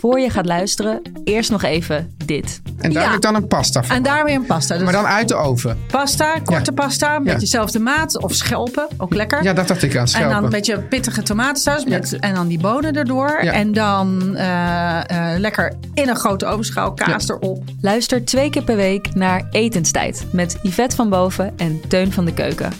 Voor je gaat luisteren, eerst nog even dit. En daar Ja. heb ik dan een pasta voor. En daar weer een pasta. Dus Maar dan uit de oven. pasta, korte Ja. pasta, met Ja. dezelfde maat. Of schelpen, ook lekker. Ja, dat dacht ik aan. En Schelpen. dan een beetje pittige tomatensaus met, en dan die bonen erdoor. Ja. En dan eh, eh, lekker in een grote ovenschaal kaas erop. Luister twee keer per week naar Etenstijd met Yvette van Boven en Teun van de Keuken.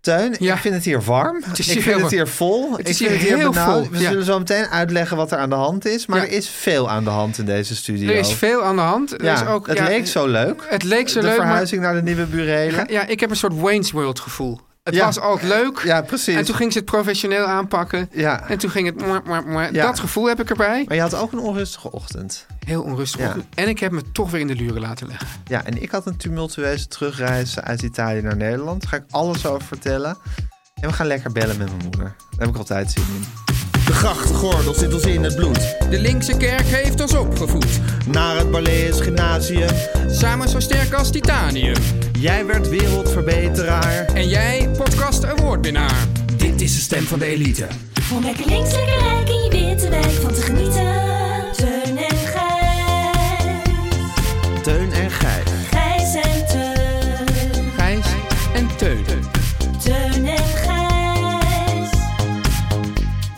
Teun, Ja. ik vind het hier warm. Het is ik hier vind het warm. hier vol. Het ik is vind hier het hier heel benauwd. vol, We ja. zullen zo meteen uitleggen wat er aan de hand is. Maar Ja. er is veel aan de hand in deze studio. Er is veel aan de hand. Er ja, is ook, het ja, leek zo leuk. Het leek zo de leuk, maar verhuizing naar de nieuwe burelen. ja, ik heb een soort Wayne's World gevoel. Het Ja. was altijd leuk. Ja, precies. En toen ging ze het professioneel aanpakken. Ja. En toen ging het... mwah, mwah, mwah. Ja. Dat gevoel heb ik erbij. Maar je had ook een onrustige ochtend. Heel onrustig. Ja. En ik heb me toch weer in de luren laten leggen. Ja, en ik had een tumultueuze terugreis uit Italië naar Nederland. Daar ga ik alles over vertellen. En we gaan lekker bellen met mijn moeder. Daar heb ik altijd zin in. De grachtgordel zit ons in het bloed. De linkse kerk heeft ons opgevoed, Naar het Balees Gymnasium. samen zo sterk als titanium. Jij werd wereldverbeteraar. En jij, podcast awardwinnaar. Dit is de stem van de elite. Om lekker links, lekker rijk in je witte wijk van te genieten. Teun en Gijs. Teun en Gijs. Gijs en Teun. Gijs en Teun. Teun en Gijs.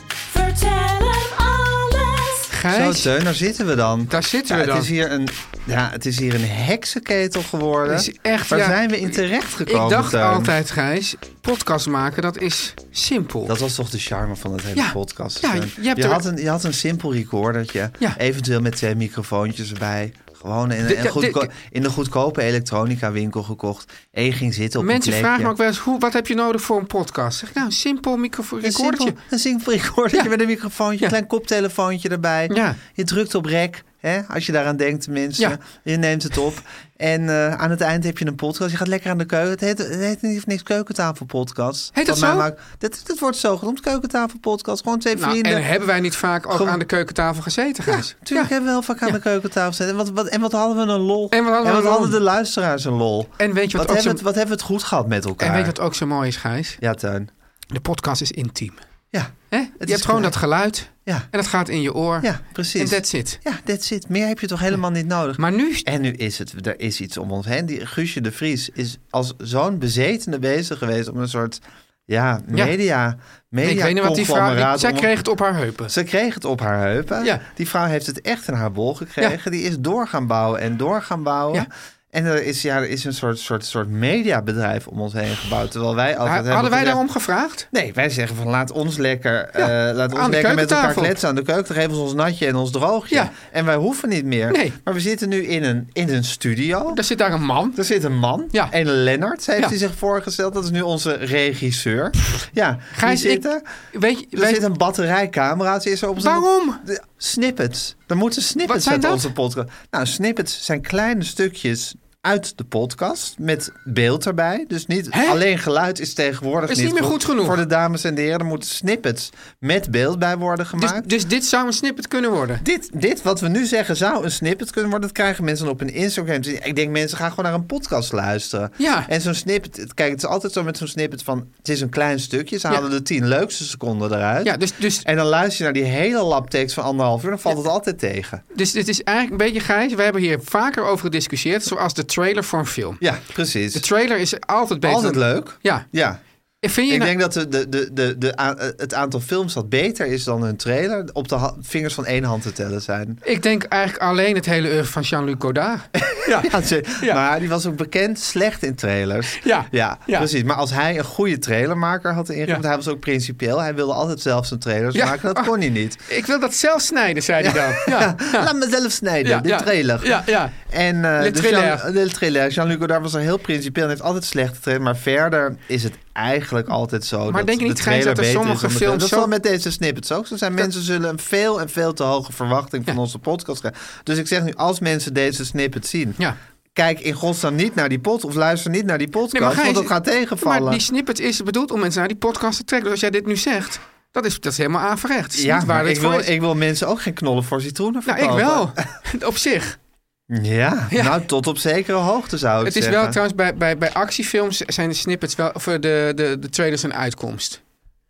Vertel hem alles. Gijs, Zo, Teun, daar zitten we dan. Daar zitten we ja, dan. Het is hier een, ja, het is hier een heksenketel geworden. Het is echt, Waar ja, zijn we in terecht gekomen, ik dacht Teun? altijd, Gijs, podcast maken, dat is simpel. Dat was toch de charme van het hele Ja, podcast. ja, Teun? je hebt er- had een, je had een simpel recordertje. Ja. Eventueel met twee microfoontjes erbij. Gewoon in, Dit- een ja, goedko- dit- in de goedkope elektronica winkel gekocht. En je ging zitten op Mensen een plekje. vragen me ook wel eens, hoe, wat heb je nodig voor een podcast? Zeg ik, nou, een simpel microfoon, Een simpel, recordertje. een simpel recordertje Ja. met een microfoontje, Ja. een klein koptelefoontje erbij. Ja. Je drukt op rek, hè, als je daaraan denkt tenminste. Ja. Je neemt het op. En eh, aan het eind heb je een podcast. Je gaat lekker aan de keuken. Het heet, het heet niet of niks keukentafelpodcast. Heet dat Wat mij zo? maakt- dat, dat wordt zo genoemd, keukentafelpodcast. Gewoon twee Nou, vrienden. en hebben wij niet vaak ook Gewoon- aan de keukentafel gezeten, Gijs? Tuurlijk hebben we heel vaak aan de keukentafel gezeten. En wat, wat, en wat hadden we een lol. En wat hadden we een lol. de luisteraars een lol. En weet je wat wat, ook hebben, zo- we het, wat hebben we het goed gehad met elkaar. En weet je wat ook zo mooi is, Gijs? Ja, Tuin. De podcast is intiem. Ja. Hè? is Je hebt gewoon geluid. dat geluid Ja. en dat gaat in je oor. ja, precies. En that's it. Ja, that's it. Meer heb je toch helemaal niet nodig. Maar nu, En nu is het, er is iets om ons heen. Die Guusje de Vries is als zo'n bezetene bezig geweest om een soort ja, Ja. media, media ik weet niet wat die vrouw, die- conglomeraat zij om- kreeg het op haar heupen. Ze kreeg het op haar heupen. Ja. Die vrouw heeft het echt in haar bol gekregen. Die is door gaan bouwen en door gaan bouwen. Ja. En er is, ja, er is een soort, soort, soort mediabedrijf om ons heen gebouwd. Terwijl wij altijd hebben Hadden wij gezegd- daarom gevraagd? Nee, wij zeggen van laat ons lekker, eh, laat ons aan de lekker met elkaar keukentafel. kletsen aan de keuken. Geef ons ons natje en ons droogje. Ja. En wij hoeven niet meer. Nee. Maar we zitten nu in een, in een studio. Daar zit daar een man. Er zit een man, Ja. en Lennart heeft Ja. hij zich voorgesteld. Dat is nu onze regisseur. Ja, Gijs, die ik- zit er. Weet je, Er weet- zit een batterijcamera. Ze is er op zijn- Waarom? De- Snippets. Er moeten snippets Wat zijn uit dat? onze podcast. Nou, snippets zijn kleine stukjes uit de podcast met beeld erbij. Dus niet Hè? alleen geluid is tegenwoordig Is niet meer goed genoeg. Voor de dames en de heren er moeten snippets met beeld bij worden dus, gemaakt. dus dit zou een snippet kunnen worden. Dit, dit wat we nu zeggen zou een snippet kunnen worden. Dat krijgen mensen op een Instagram. te zien. Ik denk mensen gaan gewoon naar een podcast luisteren. Ja. En zo'n snippet, het- kijk, het is altijd zo met zo'n snippet van... het is een klein stukje, ze halen de tien leukste seconden eruit. Ja, dus, dus, En dan luister je naar die hele labtekst van anderhalf uur... dan valt het altijd tegen. dus dit is eigenlijk een beetje grijs. We hebben hier vaker over gediscussieerd, zoals de trailer voor een film. Ja, precies. De trailer is altijd beter. altijd dan- leuk. Ja. Ja. Vind je Ik nou- denk dat de, de, de, de, de a- het aantal films dat beter is dan hun trailer... op de ha- vingers van één hand te tellen zijn. Ik denk eigenlijk alleen het hele oeuvre van Jean-Luc Godard. Ja, ze- Ja. Maar die was ook bekend slecht in trailers. Ja. Ja, Ja. pregecies. Maar als hij een goede trailermaker had ingebracht... Ja. hij was ook principieel. Hij wilde altijd zelf zijn trailers Ja. maken. Dat Ah. kon hij niet. Ik wil dat zelf snijden, zei hij dan. Ja. Laat me zelf snijden, Ja, de ja. trailer. Ja, ja. En, eh Le dus trailer. Jean, de trailer. Jean-Luc Godard was er heel principieel en heeft altijd slechte trailer. Maar verder is het eigenlijk altijd zo dat denk je niet, Gijs, de trailer dat er beter is sommige dan de trailer? films Dat zal zo- met deze snippets ook zo zijn. Mensen zullen een veel en veel te hoge verwachting van onze podcast krijgen. Dus ik zeg nu, als mensen deze snippet zien... Ja. Kijk in godsnaam niet naar die podcast of luister niet naar die podcast, Nee, maar Gijs- want dat gaat tegenvallen. Maar die snippet is bedoeld om mensen naar die podcast te trekken. Dus als jij dit nu zegt, dat is, dat is helemaal averecht. Dat is ja, niet waar maar dit ik wil, voor is. ik wil mensen ook geen knollen voor citroenen nou, ik verkopen. wel. Op zich. Ja, Ja. nou tot op zekere hoogte zou ik Het is zeggen. wel trouwens, bij, bij, bij actiefilms zijn de snippets wel, of eh, de, de, de trailers een uitkomst.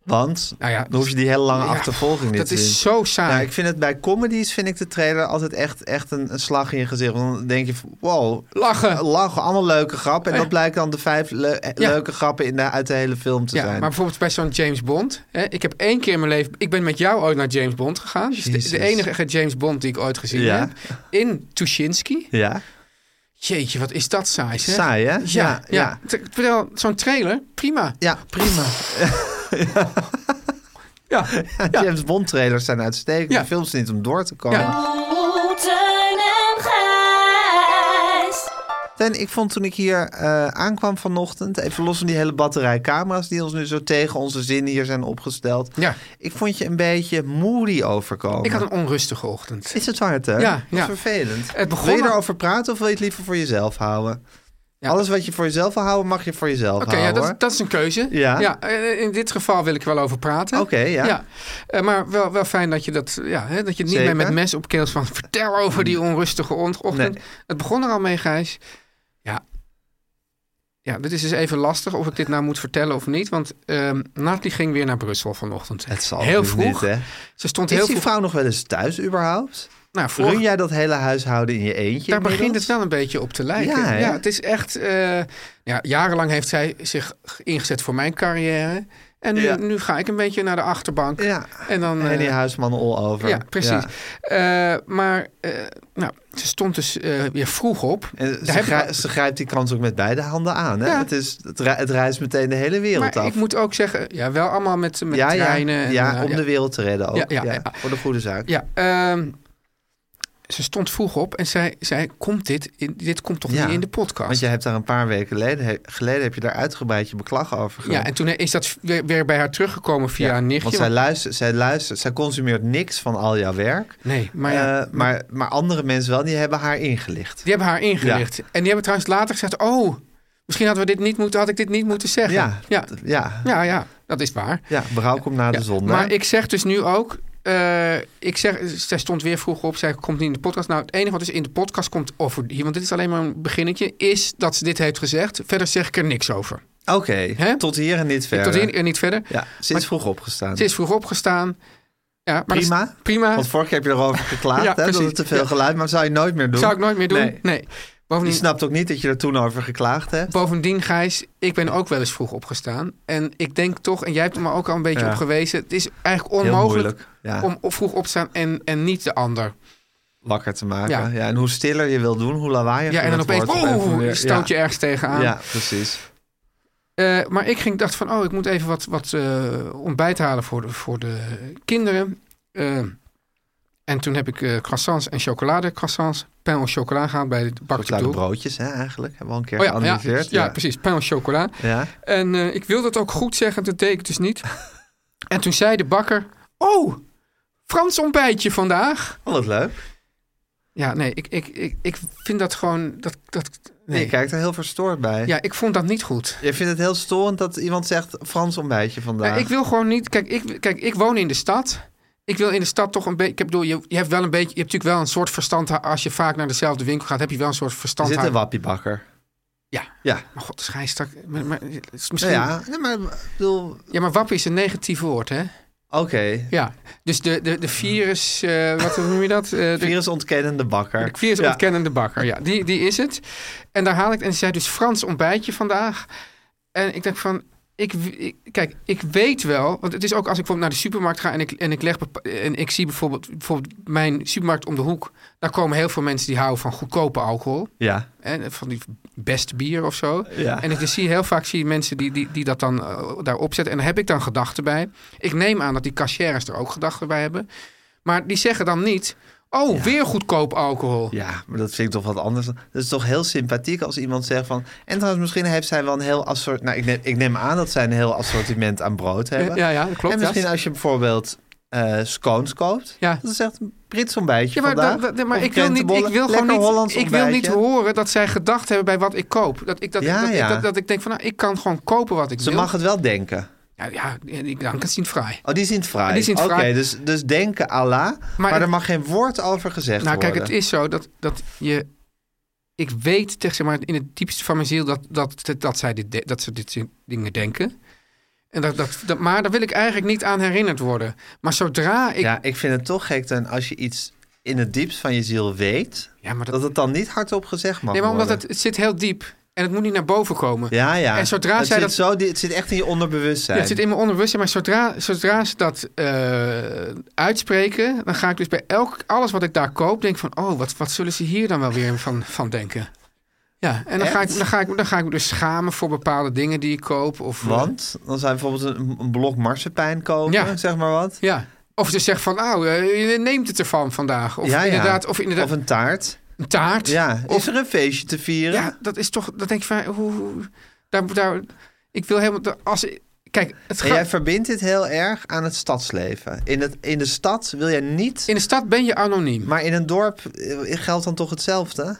Want Nou ja, dan hoef je die hele lange Ja, achtervolging niet dat te zien. is zo saai. Nou, ik vind het bij comedies vind ik de trailer altijd echt, echt een, een slag in je gezicht. Want Dan denk je, van, wow, Lachen. lachen, allemaal leuke grappen. En Oh Ja. dat blijkt dan de vijf le- eh, Ja. leuke grappen in de, uit de hele film te Ja, maar zijn. bijvoorbeeld bij zo'n James Bond. Hè, ik heb één keer in mijn leven. Ik ben met jou ooit naar James Bond gegaan. Dus de- de, Jezus. enige James Bond die ik ooit gezien Ja. heb. In Tuschinski. Ja, Jeetje, wat is dat saai, zeg. saai hè? Ja, ja. Ter- Terwijl zo'n trailer, prima. Ja, prima. Ja, James Bond trailers zijn uitstekend. Ja. De films niet om door te komen. Ja. Oh, Teun en Gijs. En ik vond toen ik hier eh, aankwam vanochtend, even los van die hele batterij camera's die ons nu zo tegen onze zin hier zijn opgesteld. Ja. Ik vond je een beetje moody overkomen. ik had een onrustige ochtend. Is het hard, hè? Ja, ja. Wat Eh, vervelend. Het begon Wil je al- erover praten of wil je het liever voor jezelf houden? Ja. Alles wat je voor jezelf wil houden, mag je voor jezelf Oké, ja, houden. dat, dat is een keuze. Ja. eh, in dit geval wil ik er wel over praten. Oké, ja. Eh, maar wel, wel fijn dat je dat, ja, hè, dat je niet Zeker. meer met mes op keels van vertel over die onrustige on- ochtend. Nee. Het begon er al mee, Gijs. Ja. Ja, dit is dus even lastig of ik dit nou moet vertellen of niet. Want ehm Nathalie ging weer naar Brussel vanochtend. Het zal heel dus vroeg. niet, hè? Ze stond Is heel die vroeg. vrouw nog wel eens thuis überhaupt? Nou, vorig- Run jij dat hele huishouden in je eentje? Daar begint het inmiddels? wel een beetje op te lijken. Ja, Ja, hè? het is echt. eh, ja, jarenlang heeft zij zich ingezet voor mijn carrière. En nu, Ja. nu ga ik een beetje naar de achterbank. Ja. En dan. En die eh, huismannen all over. ja, precies. Eh, maar eh, nou, ze stond dus eh, weer vroeg op. En Daar ze, heb ik- grij- ze grijpt die kans ook met beide handen aan. Hè? Ja. Het, is, het, re- het reist meteen de hele wereld maar af. ik moet ook zeggen, ja, wel allemaal met, met ja, ja, treinen. en, ja, eh, om de wereld te redden ook. Ja, Ja, ja, ja. Voor de goede zaak. Ja, ehm, ze stond vroeg op en zij zei: Komt dit, in, dit komt toch Ja, niet in de podcast? Want je hebt daar een paar weken geleden, he- geleden heb je daar uitgebreid je beklag over gedaan. ja, en toen is dat weer, weer bij haar teruggekomen via Ja, een nichtje. Want zij luistert, zij luistert, zij consumeert niks van al jouw werk. nee, maar Maar, ja, maar, maar andere mensen wel, die hebben haar ingelicht. Die hebben haar ingelicht. Ja. En die hebben trouwens later gezegd: Oh, misschien hadden we dit niet moeten, had ik dit niet moeten zeggen. Ja, ja, d- ja. ja. ja, ja, dat is waar. berouw komt na Ja, de zonde. Maar ik zeg dus nu ook. eh, ik zeg, zij stond weer vroeg op, zij komt niet in de podcast. Nou, het enige wat dus in de podcast komt over die, want dit is alleen maar een beginnetje, is dat ze dit heeft gezegd. Verder zeg ik er niks over. Oké, Hè? tot hier en niet verder. Tot hier en niet verder. Ja, ze is Maar- vroeg opgestaan. Ze is vroeg opgestaan. Ja, maar dat is- Prima. prima. Want vorige keer heb je erover geklaagd, Ah. Ja, hè, dat precies. het te veel Ja. geluid, maar dat zou je nooit meer doen. Zou ik nooit meer doen. Nee. Nee. Je Bovendien, snapt ook niet dat je er toen over geklaagd hebt. Bovendien, Gijs, ik ben ook wel eens vroeg opgestaan. En ik denk toch, en jij hebt er me ook al een beetje Ja. op gewezen... het is eigenlijk Heel onmogelijk moeilijk, ja. om op- vroeg op te staan en, en niet de ander. wakker te maken. Ja. Ja. en hoe stiller je wil doen, hoe lawaaier Ja, en dan opeens, oeh, je stoot je ergens tegenaan. aan. Ja, precies. Eh, maar ik ging, dacht van, oh, ik moet even wat, wat eh, ontbijt halen voor de, voor de kinderen. Eh, en toen heb ik eh, croissants en chocolade croissants. Pain au chocola gehaald bij de Chocolade bakje broodjes, hè, eigenlijk. Hebben we al een keer Oh ja, ja, ja, geanalyseerd. ja. precies. Pain au chocola. Ja. En eh, ik wilde het ook goed zeggen, dat deed ik dus niet. en toen zei de bakker: Oh, Frans ontbijtje vandaag. Oh, wat leuk. Ja, nee, ik, ik, ik, ik vind dat gewoon. Dat, dat, Nee, nee. je kijkt er heel verstoord bij. Ja, ik vond dat niet goed. Je vindt het heel storend dat iemand zegt Frans ontbijtje vandaag. Ja, Eh, ik wil gewoon niet. Kijk ik, kijk, ik woon in de stad. Ik wil in de stad toch een beetje. Ik bedoel, je, je hebt wel een beetje. Je hebt natuurlijk wel een soort verstand. Als je vaak naar dezelfde winkel gaat, heb je wel een soort er verstand. zit een wappiebakker. Ja. Ja. Maar god, schijnstak. Maar, maar, het is Nou misschien... ja, ja, nee, maar ik bedoel, oké. maar wappie is een negatief woord, hè? Ja. Dus de, de, de virus. eh, wat noem je dat? Eh, de- Virusontkennende bakker. De virus Ja. ontkennende bakker, ja, die, die is het. En daar haal ik, en ze zei dus Frans ontbijtje vandaag. En ik denk van, ik, w- ik- kijk, ik weet wel, want het is ook als ik bijvoorbeeld naar de supermarkt ga en ik, en ik, leg bepa- en ik zie bijvoorbeeld, bijvoorbeeld mijn supermarkt om de hoek, daar komen heel veel mensen die houden van goedkope alcohol. Ja. En van die best bier of zo. Ja. En ik zie heel vaak zie je mensen die, die, die dat dan eh, daar opzetten. En daar heb ik dan gedachten bij. Ik neem aan dat die cashiers er ook gedachten bij hebben. Maar die zeggen dan niet... Oh, weer goedkoop alcohol. Ja, maar dat vind ik toch wat anders. Dat is toch heel sympathiek als iemand zegt van... En trouwens, misschien heeft zij wel een heel assortiment... Nou, ik neem, ik neem aan dat zij een heel assortiment aan brood hebben. Ja, ja, dat klopt, En misschien ja. als je bijvoorbeeld eh, scones koopt. Ja. Dat is echt een Brits ontbijtje Ja, maar, vandaag. dat- dat- maar Of ik wil, niet, ik krentenbollen. wil Lekker gewoon Hollands niet, ik wil niet ontbijtje. horen dat zij gedacht hebben bij wat ik koop. Dat ik, dat, Ja, dat, ik- ja. dat, dat ik denk van, nou, ik kan gewoon kopen wat ik Ze wil. mag het wel denken. Ja, ja ik dank het zien fraai. Oh, die is in het fraai. Die is in het Oké, fraai. dus, dus denken Allah, maar, het- er mag geen woord over gezegd Nou, worden. kijk, het is zo dat, dat je. Ik weet, zeg maar, in het diepste van mijn ziel dat, dat, dat, zij dit, de- dat ze dit soort dingen denken. En dat, dat, dat, maar daar wil ik eigenlijk niet aan herinnerd worden. Maar zodra ik. Ja, ik vind het toch gek dan als je iets in het diepst van je ziel weet, Ja, maar dat... dat- het dan niet hardop gezegd mag nee, maar omdat het, worden. het zit heel diep en het moet niet naar boven komen. Ja, ja. En zodra het zij zit dat. Zo, die- het zit echt in je onderbewustzijn. Ja, het zit in mijn onderbewustzijn, maar zodra, zodra ze dat eh, uitspreken, dan ga ik dus bij elk, alles wat ik daar koop, denk van, oh, wat, wat zullen ze hier dan wel weer van, van denken? Ja, en dan ga, ik, dan, ga ik, dan ga ik me dus schamen voor bepaalde dingen die ik koop. Of, eh, Want dan zou je bijvoorbeeld een, een blok marsepein kopen, Ja. zeg maar wat. Ja. Of ze zegt van, nou, eh, je neemt het ervan vandaag. Of, ja, ja. inderdaad, of inderdaad Of een taart. een taart. Ja, Of- is er een feestje te vieren? Ja, dat is toch, dat denk ik van, hoe, hoe- daar, daar, ik wil helemaal, de- als, kijk, het En gaat- jij verbindt dit heel erg aan het stadsleven. In, het, in de stad wil jij niet... in de stad ben je anoniem. Maar in een dorp eh, geldt dan toch hetzelfde?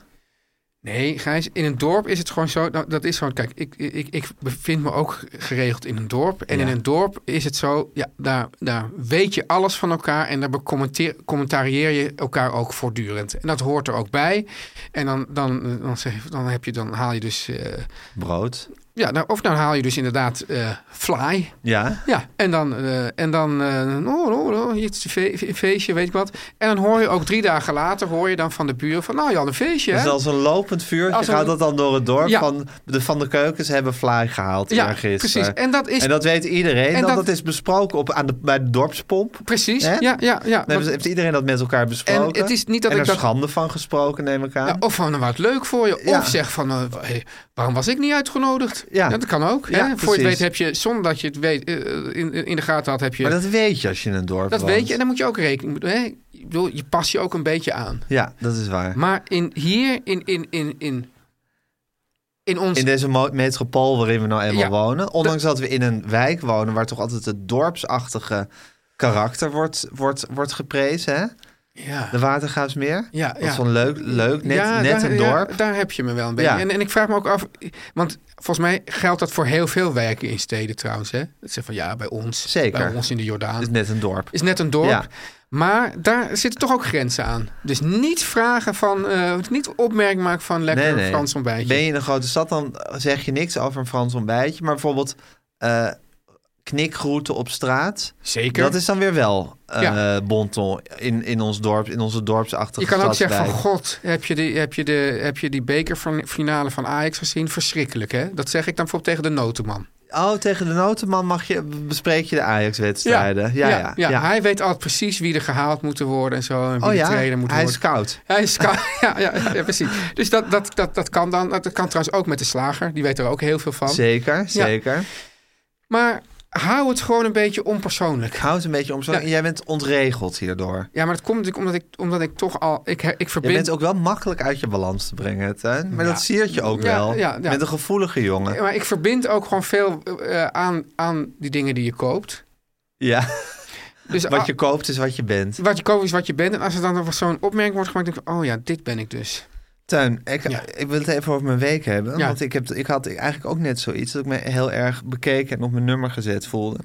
Nee, Gijs, in een dorp is het gewoon zo. nou, dat is gewoon. Kijk, ik, ik, ik bevind me ook geregeld in een dorp. En Ja. in een dorp is het zo. Ja, daar, daar weet je alles van elkaar. En daar becommenteer- commentarieer je elkaar ook voortdurend. En dat hoort er ook bij. En dan, dan, dan, zeg- dan, heb je, dan haal je dus. eh, Brood. ja, nou, of dan haal je dus inderdaad eh, fly. Ja. Ja, en dan, eh, en dan eh, oh, oh, oh, hier is een fe- fe- feestje, weet ik wat. En dan hoor je ook drie dagen later, hoor je dan van de buren van, nou, je had een feestje, hè? Dus als een lopend vuurtje Als een- gaat dat dan door het dorp. Ja. Van, de Van de Keukens hebben vlaai gehaald Ja, eergisteren. precies. En dat is- en dat weet iedereen. En dan, dat- dat is besproken op, aan de, bij de dorpspomp. Dan Precies, Hè? ja, ja, ja. hebben ze- Want- heeft iedereen dat met elkaar besproken. En het is niet dat En ik er dat- schande van gesproken, neem ik aan. Ja, of van, nou, wat leuk voor je. Ja. Of zeg van, eh, wa- hé, waarom was ik niet uitgenodigd? Ja. dat kan ook. Ja, hè? Voor je het precies. weet heb je, zonder dat je het weet, eh, in, in de gaten had, heb je... Maar dat dat weet je als je in een dorp woont. weet je en dan moet je ook rekening... Hè? Ik bedoel, je pas je ook een beetje aan. Ja, dat is waar. Maar in, hier, in, in, in, in, in ons... In deze mo- metropool waarin we nou eenmaal Ja, wonen. Ondanks dat we in een wijk wonen waar toch altijd het dorpsachtige karakter wordt, wordt, wordt geprezen. Hè? ja. De Watergraafsmeer. Ja, Dat ja. is van leuk, leuk net, Ja, net daar- een ja, dorp. daar heb je me wel een beetje. Ja. En, en ik vraag me ook af, want volgens mij geldt dat voor heel veel wijken in steden trouwens. Hè? Dat ze van ja, bij ons, Zeker. Dus bij ons in de Jordaan. is net een dorp. is net een dorp. Ja. Maar daar zitten toch ook grenzen aan. Dus niet vragen van, eh, niet opmerking maken van lekker Frans ontbijtje. Ben je in een grote stad, dan zeg je niks over een Frans ontbijtje. Maar bijvoorbeeld eh knikgroeten op straat. Zeker. Dat is dan weer wel eh Ja. bonton in, in ons dorp, in onze dorpsachtige je kan ook zeggen van, stadswijk. god, heb je, die, heb, je de, heb je die bekerfinale van Ajax gezien? Verschrikkelijk, hè? Dat zeg ik dan bijvoorbeeld tegen de notenman. Oh, tegen de notenman mag je, bespreek je de Ajax-wedstrijden. Ja, ja, ja. Hij weet altijd precies wie er gehaald moeten worden en zo. En wie Oh de ja, trainer moet hij is worden. koud. Hij is koud. ja, ja, ja, precies. Dus dat, dat, dat, dat kan dan. Dat kan trouwens ook met de slager. Die weet er ook heel veel van. Zeker, zeker. Maar hou het gewoon een beetje onpersoonlijk. Ik hou het een beetje om zo. Ja. en Jij bent ontregeld hierdoor. Ja, maar dat komt natuurlijk omdat ik, omdat ik toch al... Ik, he- ik Je verbind... bent ook wel makkelijk uit je balans te brengen, Teun. Maar Ja. dat siert je ook Ja, wel. ja, ja. Je bent een gevoelige jongen. Maar ik verbind ook gewoon veel eh, aan, aan die dingen die je koopt. Ja, Dus wat ah, je koopt is wat je bent. wat je koopt is wat je bent. En als er dan nog zo'n opmerking wordt gemaakt, denk ik... Oh ja, dit ben ik dus. Teun, ik, Ja. ik wil het even over mijn week hebben. Ja. Want ik, heb, ik had eigenlijk ook net zoiets dat ik me heel erg bekeken en op mijn nummer gezet voelde.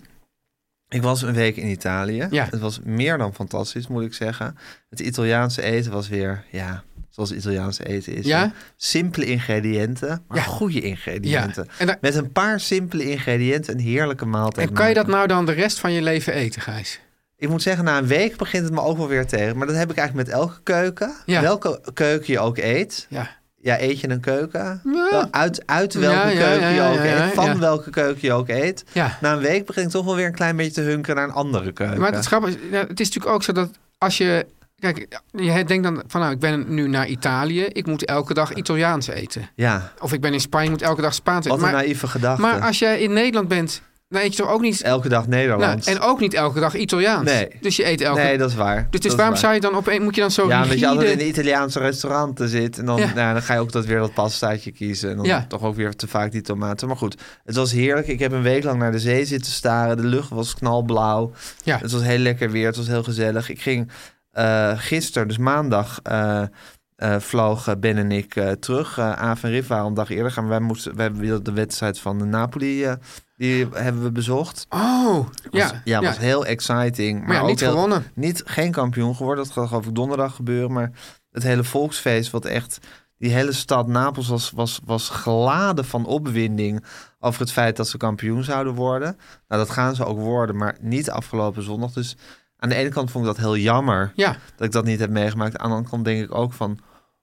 Ik was een week in Italië. Ja. Het was meer dan fantastisch, moet ik zeggen. Het Italiaanse eten was weer, ja, zoals Italiaanse eten is. Ja? hè. Simpele ingrediënten, maar goede ingrediënten. Ja. En daar- Met een paar simpele ingrediënten een heerlijke maaltijd En kan je dat maken. nou dan de rest van je leven eten, Gijs? Ik moet zeggen, na een week begint het me ook wel weer tegen. Maar dat heb ik eigenlijk met elke keuken. Ja. Welke keuken je ook eet. Ja. ja, eet je een keuken? Ja. Wel, Uit, uit welke Ja, ja, keuken ja, je ja, ook ja, ja, eet, van ja. welke keuken je ook eet. Ja. Na een week begin ik toch wel weer een klein beetje te hunkeren naar een andere keuken. Maar het grappige is, ja, het is natuurlijk ook zo dat als je... Kijk, je denkt dan van nou, ik ben nu naar Italië. Ik moet elke dag Italiaans eten. ja, Of ik ben in Spanje, ik moet elke dag Spaans wat eten. een Maar, naïeve gedachte. maar als jij in Nederland bent, dan eet je toch ook niet... Elke dag Nou, Nederlands. en ook niet elke dag Italiaans. Nee. Dus je eet elke... nee, dat is waar. dus Dat dus is waarom waar. zou je dan op moet je dan zo Ja, omdat je rigide... altijd in een Italiaanse restaurant zit. En dan, Ja. nou, dan ga je ook dat weer dat pastaatje kiezen. En dan Ja. toch ook weer te vaak die tomaten. Maar goed, het was heerlijk. Ik heb een week lang naar de zee zitten staren. De lucht was knalblauw. Ja. Het was heel lekker weer. Het was heel gezellig. Ik ging eh gisteren, dus maandag... eh, eh, vlogen Ben en ik eh, terug. Eh Aaf en Rif waren een dag eerder gaan. Wij, moesten, wij wilden de wedstrijd van de Napoli eh, die hebben we bezocht. Oh, ja. was, ja, was heel exciting. Maar, Maar ja, ook niet heel- gewonnen. niet, geen kampioen geworden. Dat gaat geloof ik donderdag gebeuren. Maar het hele volksfeest, wat echt... Die hele stad Napels was, was, was geladen van opwinding over het feit dat ze kampioen zouden worden. Nou, dat gaan ze ook worden, maar niet afgelopen zondag. Dus aan de ene kant vond ik dat heel jammer Ja, dat ik dat niet heb meegemaakt. Aan de andere kant denk ik ook van...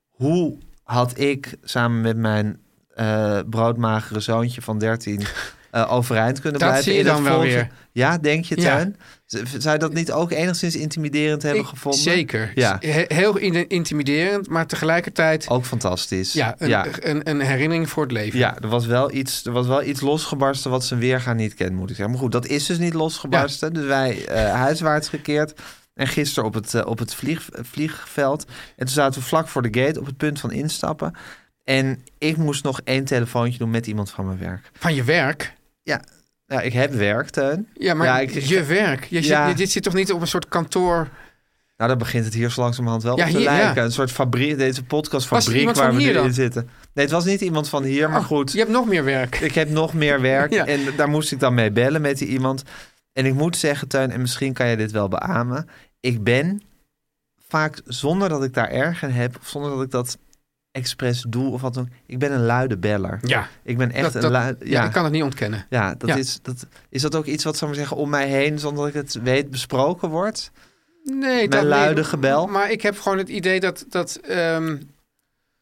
Hoe had ik samen met mijn eh, broodmagere zoontje van 13 eh, overeind kunnen Dat blijven? zie je in het dan wel volks- weer. Ja, denk je, Ja. Tuin? Z- Zou je dat niet ook enigszins intimiderend hebben ik- gevonden? zeker. Ja. He- heel in- intimiderend, maar tegelijkertijd Ook fantastisch. ja, een, ja. Een, een herinnering voor het leven. Ja, er was wel iets, er was wel iets losgebarsten wat zijn weergaan niet kent, moet ik zeggen. Maar goed, dat is dus niet losgebarsten. Dus wij eh, huiswaarts gekeerd. En gisteren op het, eh, op het vlieg, vliegveld. En toen zaten we vlak voor de gate op het punt van instappen. En ik moest nog één telefoontje doen met iemand van mijn werk. Van je werk. Ja, ja ik heb werk, Teun. Ja, maar Ja, ik- je werk. Je Ja. zit, dit zit toch niet op een soort kantoor... Nou, dan begint het hier zo langzamerhand wel Ja, op te hier- lijken. ja. Een soort fabriek, deze Was het podcastfabriek iemand waar van we nu hier dan? Oh. in zitten. Nee, het was niet iemand van hier, maar goed. Je hebt nog meer werk. ik heb nog meer werk. Ja. En daar moest ik dan mee bellen met die iemand. En ik moet zeggen, Tuin, en misschien kan je dit wel beamen. Ik ben vaak zonder dat ik daar erg aan heb, of zonder dat ik dat expres doe of wat dan ook. Ik ben een luide beller. Ja, Ik ben echt dat, een dat- luide. ja, Ja, ik kan het niet ontkennen. ja, dat ja. Is, dat, is dat ook iets wat, zou ik maar zeggen, om mij heen, zonder dat ik het weet, besproken wordt? Nee, Mijn nee, luide gebel. Maar ik heb gewoon het idee dat, dat ehm,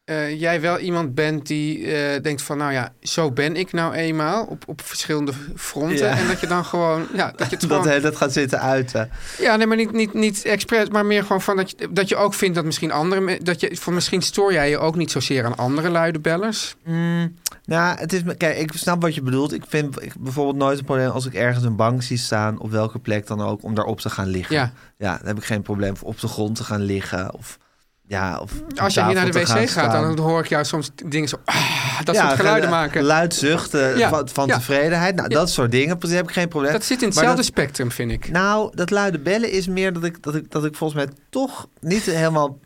eh, jij wel iemand bent die eh, denkt van... nou ja, zo ben ik nou eenmaal op, op verschillende fronten. Ja. En dat je dan gewoon... Ja, dat je het Dat, eh, gewoon, dat gaat zitten uiten. ja nee, maar niet, niet, niet expres, maar meer gewoon van dat je, dat je ook vindt dat misschien anderen... me- Dat je, van misschien stoor jij je ook niet zozeer aan andere luide bellers. Mm, nou, het is, kijk, ik snap wat je bedoelt. Ik vind ik- bijvoorbeeld nooit een probleem als ik ergens een bank zie staan, op welke plek dan ook, om daarop te gaan liggen. Ja. ja daar heb ik geen probleem voor op de grond te gaan liggen. Of, ja, of op Als je hier naar de tafel wc te gaan gaat, staan. dan hoor ik jou soms dingen zo... ah, dat Ja, soort geluiden eh, maken. Luid zuchten Ja, van, van ja. tevredenheid. Nou, Ja. dat soort dingen, precies, daar heb ik geen probleem. Dat zit in Maar hetzelfde dat- spectrum, vind ik. Nou, dat luide bellen is meer dat ik, dat ik, dat ik volgens mij toch niet helemaal...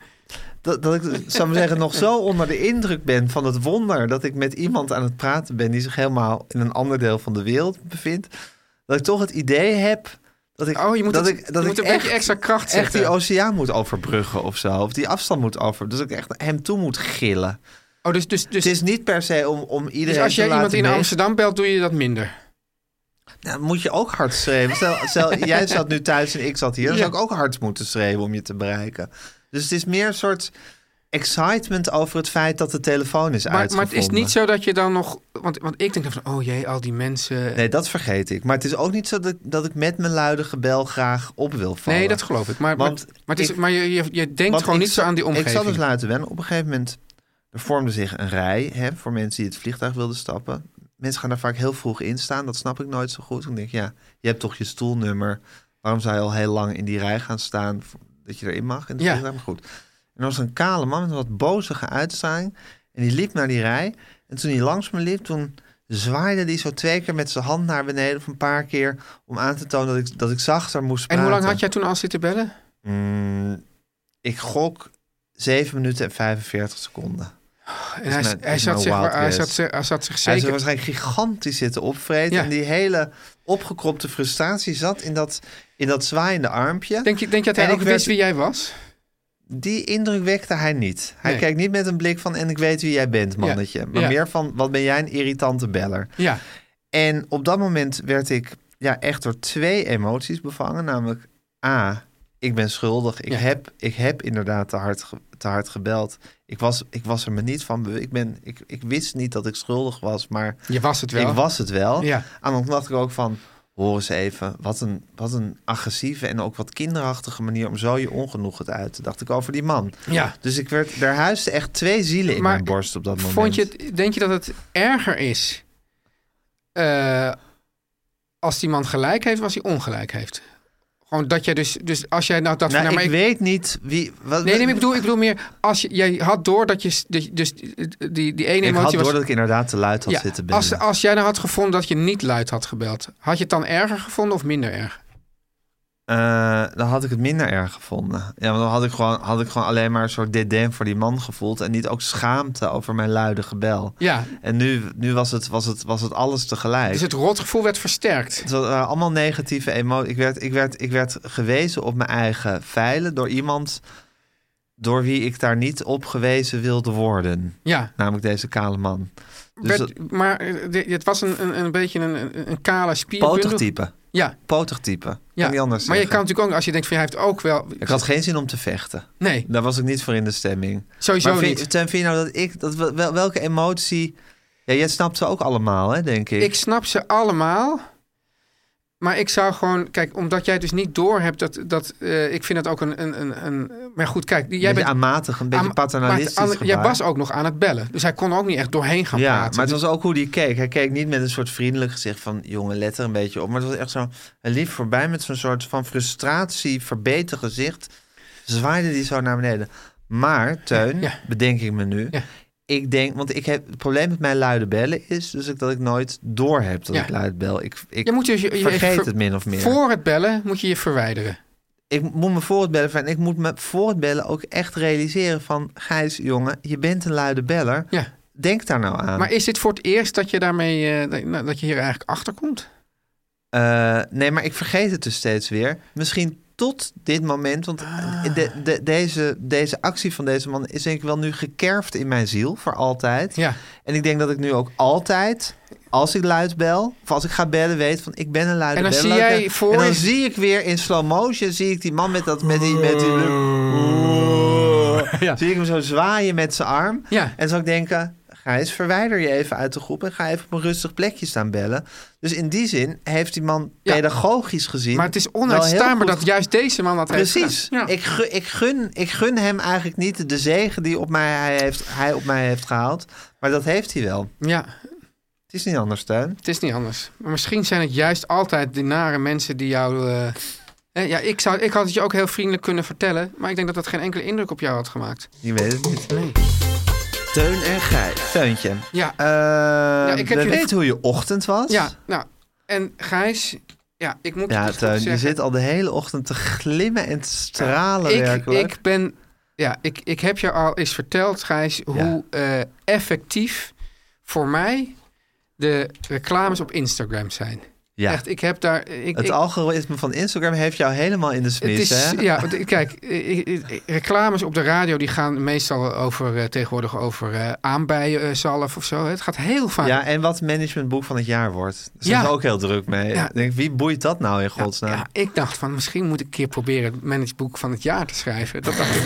Dat, dat ik, zou maar zeggen, nog zo onder de indruk ben van het wonder... dat ik met iemand aan het praten ben die zich helemaal in een ander deel van de wereld bevindt. Dat ik toch het idee heb dat ik, Oh, je moet, dat het- ik, dat je ik moet een echt, beetje extra kracht echt zetten. die oceaan moet overbruggen of zo. Of die afstand moet over. Dus dat ik echt hem toe moet gillen. oh, dus, dus, dus, het is niet per se om, om iedereen dus als te jij iemand laten in mees- Amsterdam belt, doe je dat minder. Nou, moet je ook hard schreeuwen. Stel, stel, jij zat nu thuis en ik zat hier. Dan zou ik ook hard moeten schreeuwen om je te bereiken. Dus het is meer een soort excitement over het feit dat de telefoon is Maar, maar het is uitgevonden. niet zo dat je dan nog... Want, want ik denk dan van, oh jee, al die mensen... Nee, Nee, dat vergeet ik. Maar het is ook niet zo dat, ik- dat ik met mijn luide gebel graag op wil vallen. dat geloof ik. Maar, Want maar, maar, het is, ik- maar je, je, je denkt Want gewoon ik niet zo zat- aan die omgeving. Ik zat dus laten wennen. Op een gegeven moment er vormde zich een rij hè, voor mensen die het vliegtuig wilden stappen. Mensen gaan daar vaak heel vroeg in staan. Dat snap ik nooit zo goed. Ik denk, ja, je hebt toch je stoelnummer. Waarom zou je al heel lang in die rij gaan staan v- dat je erin mag? In het Ja. vliegtuig? Maar goed. En er was een kale man met een wat bozige uitstraling. En die liep naar die rij. En toen hij langs me liep, toen zwaaide hij zo twee keer met zijn hand naar beneden of een paar keer. Om aan te tonen dat ik, dat ik zachter moest en praten. hoe lang had jij toen al zitten bellen? Mm, ik gok 7 minuten en 45 seconden. En hij, Is mijn- hij, is zat mijn zich, wild hij, guess. zat, zich- hij zat zich Hij zou zeker... waarschijnlijk gigantisch zitten opvreten. Ja. En die hele opgekropte frustratie zat in dat, in dat zwaaiende armpje. Denk je, denk je dat hij En ook ik werd- wist wie jij was? Die indruk wekte hij niet. Hij Nee. kijkt niet met een blik van... en ik weet wie jij bent, mannetje. Maar Ja. meer van, wat ben jij een irritante beller. Ja. En op dat moment werd ik ja, echt door twee emoties bevangen. Namelijk A, ik ben schuldig. Ik, Ja. heb, ik heb inderdaad te hard, ge- te hard gebeld. Ik was, ik was er me niet van bewust. Ik, ben, ik, ik wist niet dat ik schuldig was, maar Je was het wel. ik was het wel. Ja. En dan dacht ik ook van, hoor eens even, wat een, wat een agressieve en ook wat kinderachtige manier om zo je ongenoegen te uiten, dacht ik over die man. Ja. Dus ik werd, daar huisten echt twee zielen in Maar mijn borst op dat moment. Vond je het, denk je dat het erger is eh, als die man gelijk heeft of als hij ongelijk heeft? Gewoon dat jij dus, dus als jij nou dat Nou, nou, ik, weet niet wie... Wat, Nee, nee, maar ik bedoel, ik bedoel meer, als je, jij had door dat je, s- dat je- dus die, die, die ene ik had emotie door was... dat ik inderdaad te luid had Ja, zitten binnen. als, als jij nou had gevonden dat je niet luid had gebeld, had je het dan erger gevonden of minder erg? Eh, dan had ik het minder erg gevonden. Ja, want dan had ik gewoon, had ik gewoon alleen maar een soort dédain voor die man gevoeld. En niet ook schaamte over mijn luide gebel. Ja, En nu, nu was, het, was, het, was het alles tegelijk. dus het rotgevoel werd versterkt. Het waren allemaal negatieve emoties. Ik werd, ik, werd, ik werd gewezen op mijn eigen feilen door iemand door wie ik daar niet op gewezen wilde worden. Ja, Namelijk deze kale man. Dus werd- dat- maar eh, de- het was een, een, een beetje een, een, een kale spierbundel. potig type. Ja, Potig type. ja. Kan niet anders maar je kan zeggen. natuurlijk ook, als je denkt van hij heeft ook wel... Ik had geen zin om te vechten. Nee, Daar was ik niet voor in de stemming. sowieso maar vind, niet. Ten, vind je nou dat ik... Dat, wel- wel- welke emotie... Ja, jij snapt ze ook allemaal, hè, denk ik. Ik snap ze allemaal. Maar ik zou gewoon, kijk, omdat jij dus niet door hebt dat, dat eh, ik vind dat ook een, een, een, een- maar goed, kijk, jij Een bent beetje aanmatig, een beetje aan- maar paternalistisch het- aan- Jij gebaar. was ook nog aan het bellen, dus hij kon ook niet echt doorheen gaan Ja, praten. dus- maar het was ook hoe die keek. Hij keek niet met een soort vriendelijk gezicht van... jongen, let er een beetje op. Maar het was echt zo... Hij liep voorbij met zo'n soort van frustratie, verbeten gezicht. Zwaaide die zo naar beneden. Maar, Teun, Ja. bedenk ik me nu... Ja. Ik denk, want ik heb, het probleem met mijn luide bellen is dus ik, dat ik nooit door heb dat Ja. ik luid bel. Ik, ik je moet dus je, je- je vergeet ver- het min of meer. Voor het bellen moet je je verwijderen. Ik moet me voor het bellen van, ik moet me voor het bellen ook echt realiseren van... Gijs, jongen, je bent een luide beller. Ja. Denk daar nou aan. Maar is dit voor het eerst dat je daarmee, eh, dat- nou, dat je hier eigenlijk achter komt? Eh, nee, maar ik vergeet het dus steeds weer. Misschien tot dit moment, want Ah. de, de, deze, deze actie van deze man is denk ik wel nu gekerfd in mijn ziel voor altijd. Ja. En ik denk dat ik nu ook altijd, als ik luid bel, of als ik ga bellen, weet van ik ben een luide En dan beller. zie jij En- voor En dan je- zie ik weer in slow motion, zie ik die man met dat, met die, met die Oh. Ja. Zie ik hem zo zwaaien met zijn arm. Ja. En zou ik denken, Gijs, verwijder je even uit de groep... en ga even op een rustig plekje staan bellen. Dus in die zin heeft die man Ja. pedagogisch gezien... Maar het is wel heel onuitstaanbaar goed- dat juist deze man dat heeft Precies. gedaan. Ja. Ik, gun, ik, gun, ik gun hem eigenlijk niet de zegen die op mij, hij, heeft, hij op mij heeft gehaald. Maar dat heeft hij wel. ja, Het is niet anders, Tuin. het is niet anders. Maar misschien zijn het juist altijd die nare mensen die jou... eh, hè, ja, ik, zou, ik had het je ook heel vriendelijk kunnen vertellen, maar ik denk dat dat geen enkele indruk op jou had gemaakt. Je weet het niet. Teun en Gijs. Teuntje, Ja, eh, ik heb we je- weten hoe je ochtend was. ja nou, en Gijs, ja, ik moet Ja, het toch Teun, je zeggen. zit al de hele ochtend te glimmen en te stralen ik, werkelijk. ik ben. Ja, ik, ik heb je al eens verteld, Gijs, hoe eh, effectief voor mij de reclames op Instagram zijn. ja. Echt, ik heb daar. Ik, Het ik- algoritme van Instagram heeft jou helemaal in de het smis, is, hè? ja, want ik- kijk, ik- ik- ik- reclames op de radio die gaan meestal over, eh, tegenwoordig over eh aanbijen, eh, zalf of zo. Het gaat heel vaak. Ja, en wat managementboek van het jaar wordt. Daar Ja. zijn ze ook heel druk mee. Ja. Ik Denk, wie boeit dat nou in Ja, godsnaam? ja, ik dacht van misschien moet ik een keer proberen het manageboek van het jaar te schrijven. Dat dacht ik.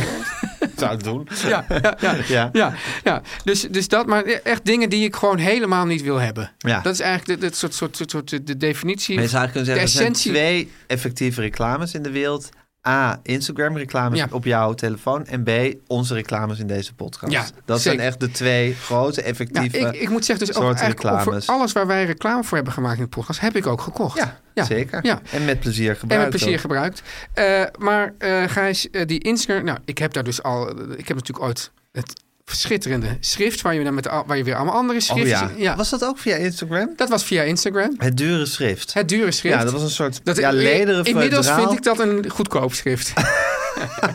Zou ik doen. Ja, ja, ja. Ja. Ja, ja. Dus, dus dat, maar echt dingen die ik gewoon helemaal niet wil hebben. Ja. Dat is eigenlijk de, dat soort, soort, soort, soort de definitie. Maar je zou eigenlijk kunnen zeggen, er de zijn essentie- twee effectieve reclames in de wereld. A, Instagram reclames Ja. op jouw telefoon. En B, onze reclames in deze podcast. Ja, dat zijn zeker. echt de twee grote Ja, effectieve... ik, ik moet zeggen, dus ook soort eigenlijk over reclames. alles waar wij reclame voor hebben gemaakt in de podcast, heb ik ook gekocht. Ja, zeker. Ja. En met plezier En met gebruikt. plezier ook. gebruikt. Eh, maar eh, Gijs, eh, die Instagram... Nou, ik heb daar dus al... Ik heb natuurlijk ooit het schitterende schrift... waar je, dan met, al- waar je weer allemaal andere Oh schriften... ja. Was dat ook via Instagram? Dat was via Instagram. Het dure schrift. Het dure schrift. Ja, dat was een soort Dat- eh, ja, eh, lederen Inmiddels feudraal. vind ik dat een goedkoop schrift. Eh,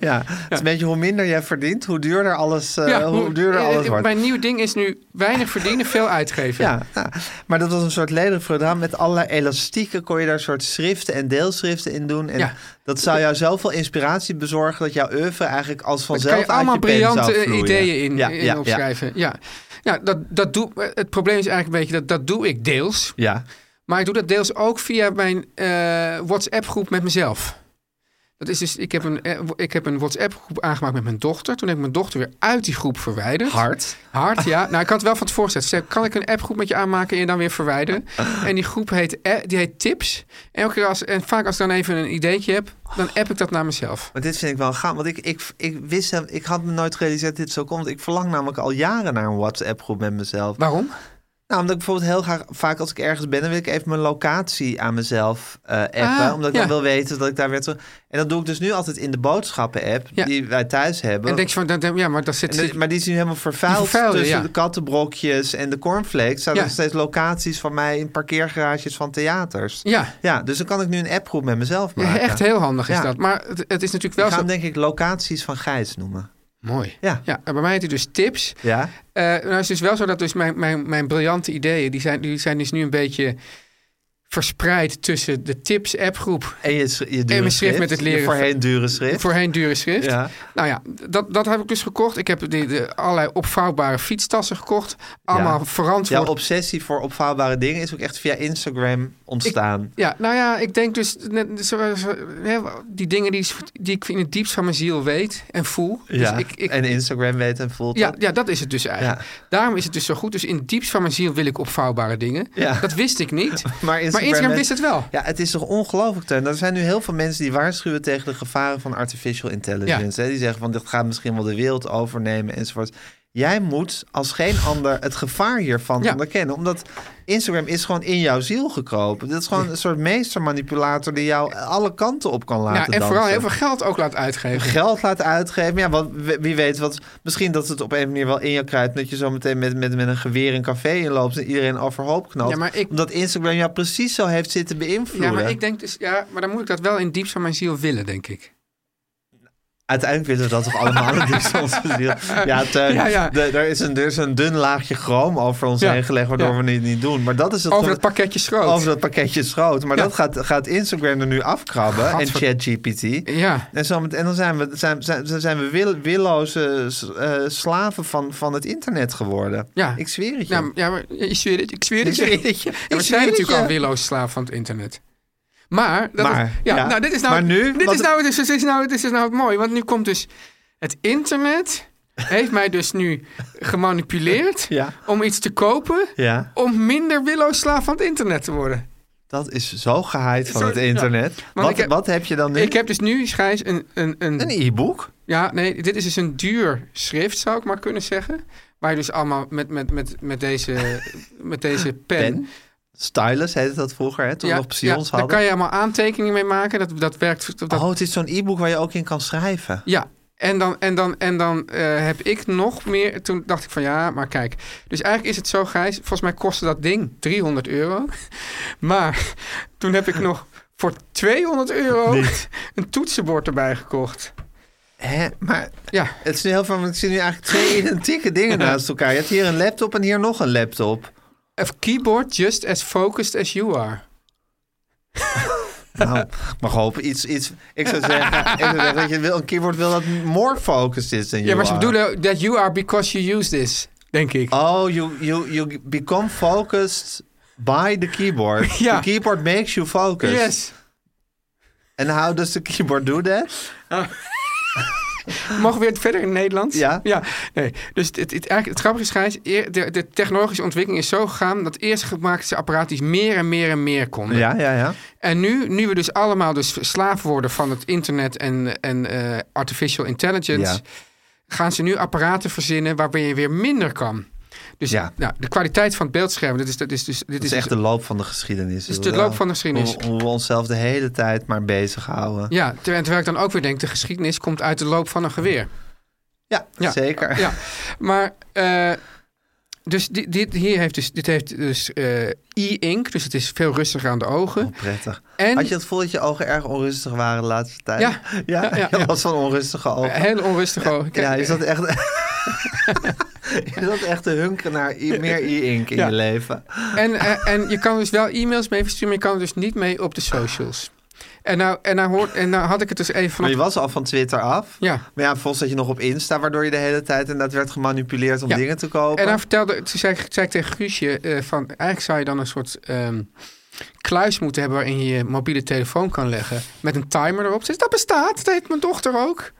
Ja, het is een beetje hoe minder jij verdient, hoe duurder alles, eh, Ja, hoe, duurder eh, alles eh, wordt. Mijn nieuw ding is nu weinig verdienen, veel uitgeven. Ja, ja. maar dat was een soort ledervreugde. Met allerlei elastieken kon je daar soort schriften en deelschriften in doen. En Ja. dat zou jou zoveel inspiratie bezorgen dat jouw oeuvre eigenlijk als Daar kan vanzelf je allemaal uit je pen zou briljante eh, vloeien. ideeën in, Ja, in ja, opschrijven. Ja. Ja. dat, dat doe, eh, het probleem is eigenlijk een beetje dat dat doe ik deels. Ja. ja. Maar ik doe dat deels ook via mijn eh, WhatsApp-groep met mezelf. Dat is dus, ik heb een, eh, ik heb een WhatsApp-groep aangemaakt met mijn dochter. Toen heb ik mijn dochter weer uit die groep verwijderd. Hard. Hard, ja. Nou, ik had het wel van tevoren gezegd. Ze zei, kan ik een appgroep met je aanmaken en je dan weer verwijderen? En die groep heet, eh, die heet Tips. En, elke keer als, en vaak als ik dan even een ideetje heb, dan app ik dat naar mezelf. Maar dit vind ik wel gaaf. Want ik, ik, ik wist hem, ik had me nooit gerealiseerd dat dit zo komt. Ik verlang namelijk al jaren naar een WhatsApp groep met mezelf. Waarom? Nou, omdat ik bijvoorbeeld heel graag, vaak als ik ergens ben, dan wil ik even mijn locatie aan mezelf eh, appen. Ah, omdat ik ja. dan wil weten dat ik daar weer terug. En dat doe ik dus nu altijd in de boodschappen-app Ja. die wij thuis hebben. En denk je van, dat- dat- ja, maar dat zit... En dit- maar die is nu helemaal vervuild. Die vervuilde, tussen ja. de kattenbrokjes en de cornflakes staan Ja. nog steeds locaties van mij in parkeergarages van theaters. ja, Ja, dus dan kan ik nu een appgroep met mezelf maken. echt heel handig is Ja. dat. Maar het, het is natuurlijk Ik wel ga zo... hem denk ik locaties van Gijs noemen. Mooi. Ja. ja, en bij mij heet hij dus Tips. Ja? Eh, nou is het dus wel zo dat dus mijn, mijn, mijn briljante ideeën, die zijn, die zijn dus nu een beetje verspreid tussen de tips appgroep. En je, s- je dure mijn schrift met het leren Je voorheen dure schrift. Voorheen dure schrift. Ja. Nou ja, dat, dat heb ik dus gekocht. Ik heb die, de, allerlei opvouwbare fietstassen gekocht. Allemaal Ja. verantwoord. Jouw obsessie voor opvouwbare dingen is ook echt via Instagram ontstaan. Ja, nou ja, ik denk dus net, zo- zo- hè, die dingen die, die ik in het diepst van mijn ziel weet en voel. ja. Dus ik, ik, en Instagram weet en voelt Ja, dat. ja, dat is het dus eigenlijk. Daarom is het dus zo goed. Dus in het diepst van mijn ziel wil ik opvouwbare dingen. Ja. Dat wist ik niet. Maar Instagram, maar Instagram weet- wist het wel. Ja, het is toch ongelooflijk, Teun? Er zijn nu heel veel mensen die waarschuwen tegen de gevaren van artificial intelligence. Hè? Die zeggen van, dit gaat misschien wel de wereld overnemen enzovoort. Jij moet als geen ander het gevaar hiervan Ja. onderkennen. Omdat Instagram is gewoon in jouw ziel gekropen. Dat is gewoon een soort meestermanipulator die jou alle kanten op kan laten Ja, en dansen. vooral heel veel geld ook laat uitgeven. geld laat uitgeven. Ja, want wie wie weet, wat, misschien dat het op een manier wel in je kruipt... dat je zo meteen met, met, met een geweer een café inloopt... en iedereen overhoop knalt. Ja, maar ik- Omdat Instagram jou precies zo heeft zitten beïnvloeden. Ja, maar ik denk dus, ja, maar dan moet ik dat wel in het diepst van mijn ziel willen, denk ik. Uiteindelijk willen we dat toch allemaal een diepst van onze ziel. Ja, Teun, Ja, ja. de- er, is een, er is een dun laagje chroom over ons Ja, heen gelegd... waardoor ja. we het niet doen. Maar dat is het Over dat soort- pakketje schroot. Over dat pakketje schroot. Maar Ja. dat gaat, gaat Instagram er nu afkrabben. En Gadver- ChatGPT. Ja. En, zo met- en dan zijn we, zijn, zijn, dan zijn we wil- willoze s- eh, slaven van, van het internet geworden. Ja. Ik zweer het je. Nou, ja, maar ik zweer het, ik zweer het. Ik je. zweer het je. Ja, Ik we zweer zijn het natuurlijk je. al willoos slaaf van het internet. Maar, dat Maar, is- ja, ja. Nou, dit is nou, Maar nu, dit wat- is nou, dit is, dit is nou, dit is nou het mooie, want nu komt dus het internet heeft mij dus nu gemanipuleerd Ja. om iets te kopen ja, om minder willoos slaaf van het internet te worden. dat is zo gehaaid van Zo- het internet. Want Wat, ik heb- wat heb je dan nu? Ik heb dus nu, Schijs, een, een, een, Een e-book. Ja, nee, dit is dus een duur schrift, zou ik maar kunnen zeggen. Waar je dus allemaal met, met, met, met, deze, met deze pen... Ah, Pen. Stylus heette dat vroeger, hè, toen we nog psions daar hadden. kan je allemaal aantekeningen mee maken. Dat, dat werkt... Dat, Oh, het is zo'n e-book waar je ook in kan schrijven. Ja, en dan, en dan, en dan eh, heb ik nog meer... Toen dacht ik van ja, maar kijk. Dus eigenlijk is het zo, Gijs. Volgens mij kostte dat ding 300 euro. Maar toen heb ik nog voor 200 euro een toetsenbord erbij gekocht. Hè? Maar Ja, het is nu heel van, ik zie nu eigenlijk twee identieke dingen naast elkaar. Je hebt hier een laptop en hier nog een laptop. a keyboard just as focused as you are. Nou, ik mag hopen iets, iets. Ik zou zeggen, ik zou zeggen dat je wil, een keyboard wil dat more focused is dan Ja, maar ze you are. bedoelen that you are because you use this, denk ik. Oh, you, you, you become focused by the keyboard. Ja. The keyboard makes you focused. yes. And how does the keyboard do that? Mogen we weer verder in het Nederlands? Ja. ja. Nee. Dus het, het, eigenlijk, het grappige is, Gijs, eer- de, de technologische ontwikkeling is zo gegaan dat eerst gemaakte apparaatjes meer en meer en meer konden. Ja, ja, ja. En nu, nu we dus allemaal dus slaaf worden van het internet en, en eh, artificial intelligence, Ja. gaan ze nu apparaten verzinnen waarbij je weer minder kan. Dus Ja. nou, de kwaliteit van het beeldscherm, dit is, dat is, dus, dit Het is echt de loop van de geschiedenis. is de loop van de geschiedenis. Hoe, hoe we onszelf de hele tijd maar bezighouden. Ja, Ja, ter- terwijl ik dan ook weer denk, de geschiedenis komt uit de loop van een geweer. Ja. zeker. Ja, maar. eh, dus dit, dit hier heeft dus, dit heeft dus eh, e-ink, dus het is veel rustiger aan de ogen. Oh, prettig. En- Had je het gevoel dat je ogen erg onrustig waren de laatste tijd? Ja. ja, Ja, ja, je ja. was van onrustige ogen. Heel onrustig ogen. Kijk, Ja, is dat echt... is dat echt de hunker naar i- meer e-ink in Ja. je leven? en, eh, en je kan dus wel e-mails mee versturen, maar je kan er dus niet mee op de socials. En nou, en nou, hoort, en nou had ik het dus even Maar je vanaf... was al van Twitter af. Ja. Maar ja, volgens dat je nog op Insta, waardoor je de hele tijd inderdaad werd gemanipuleerd Ja. om nou dingen te kopen. En dan vertelde, toen zei, ik- zei ik tegen Guusje, eh, van eigenlijk zou je dan een soort ehm, kluis moeten hebben waarin je je mobiele telefoon kan leggen. Met een timer erop. Ze is, dat bestaat, dat heeft mijn dochter ook.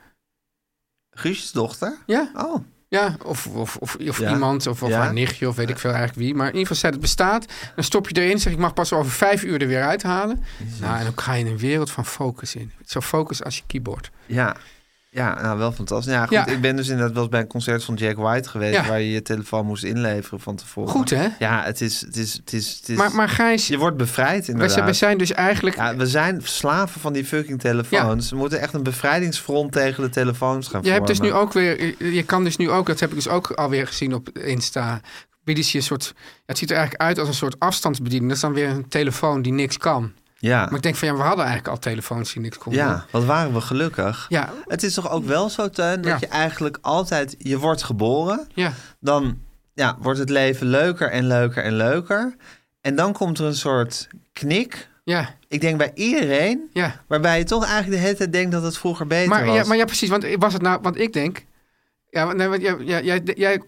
Guusjes dochter? Ja, Oh, ja. of, of, of, of Ja. iemand, of, of Ja. haar nichtje, of weet ik veel eigenlijk wie. Maar in ieder geval, zei dat het bestaat. Dan stop je erin, zeg ik mag pas over vijf uur er weer uithalen. Nou, en dan ga je in een wereld van focus in. Zo focus als je keyboard. ja. Ja, nou wel fantastisch. Ja, goed, Ja. ik ben dus inderdaad wel eens bij een concert van Jack White geweest... Ja. waar je je telefoon moest inleveren van tevoren. Goed, hè? Ja, het is... Het is, het is, het is Maar, maar Gijs, Je wordt bevrijd, we inderdaad. zijn, we zijn dus eigenlijk... Ja, we zijn slaven van die fucking telefoons. We moeten echt een bevrijdingsfront tegen de telefoons gaan Je hebt dus nu vormen. ook weer, je- je kan dus nu ook, dat heb ik dus ook alweer gezien op Insta. Bieden ze je een soort, het ziet er eigenlijk uit als een soort afstandsbediening. Dat is dan weer een telefoon die niks kan. Ja. Maar ik denk van ja, we hadden eigenlijk al telefoons die niks konden. ja, wat waren we gelukkig. Ja. Het is toch ook wel zo, Teun, dat Ja. je eigenlijk altijd... Je wordt geboren, Ja. dan ja, wordt het leven leuker en leuker en leuker. En dan komt er een soort knik, Ja. ik denk bij iedereen... Ja. waarbij je toch eigenlijk de hele tijd denkt dat het vroeger beter Maar, was. ja, maar ja, precies. Want was het nou, want ik denk, ja, want- nee, want jij, jij, jij, jij,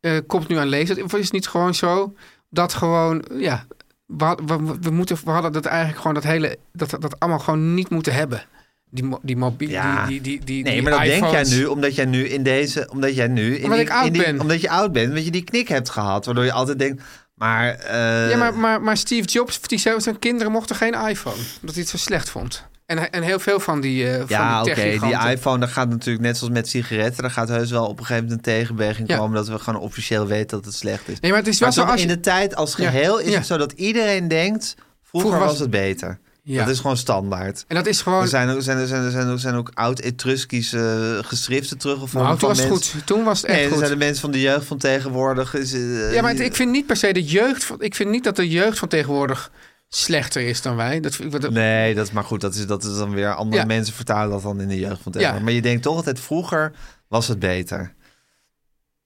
eh, komt nu aan lezen. Of is het niet gewoon zo dat gewoon, ja, we, had- we, we moeten, we hadden dat eigenlijk gewoon dat hele, dat, dat allemaal gewoon niet moeten hebben. Die, mo- die mobiel, Ja. die, die, die, die, Nee, die maar dat denk jij iPhones. nu omdat jij nu in deze, omdat jij nu in Omdat die- ik oud in die- ben. omdat je oud bent, omdat je die knik hebt gehad, waardoor je altijd denkt, maar, eh, Ja, maar, maar, maar Steve Jobs, die zei, zijn kinderen mochten geen iPhone. Omdat hij het zo slecht vond. En, hij- en heel veel van die, eh van ja, die oké, die techgiganten. iPhone, dat gaat natuurlijk net zoals met sigaretten, daar gaat heus wel op een gegeven moment een tegenbeweging Ja. komen dat we gewoon officieel weten dat het slecht is. Nee, maar het is wel zo toch als in je- de tijd als Ja, geheel is ja. het zo dat iedereen denkt, vroeger, Vroeger was- was... het beter. Ja. Oh, Dat is gewoon standaard. En dat is gewoon... Er zijn ook, zijn, er zijn, er zijn, er zijn ook oud-Etruskische eh, geschriften teruggevonden. Nou, toen van was het mensen- goed. Toen was het echt Nee, er goed. zijn de mensen van de jeugd van tegenwoordig. Is, eh, Ja, maar het- ik vind niet per se de jeugd... Van, ik vind niet dat de jeugd van tegenwoordig slechter is dan wij. Dat, vind ik- dat, Nee, dat is maar goed. Dat is, dat is dan weer andere Ja. mensen vertalen dat dan in de jeugd van tegenwoordig. Ja. Maar je denkt toch altijd vroeger was het beter.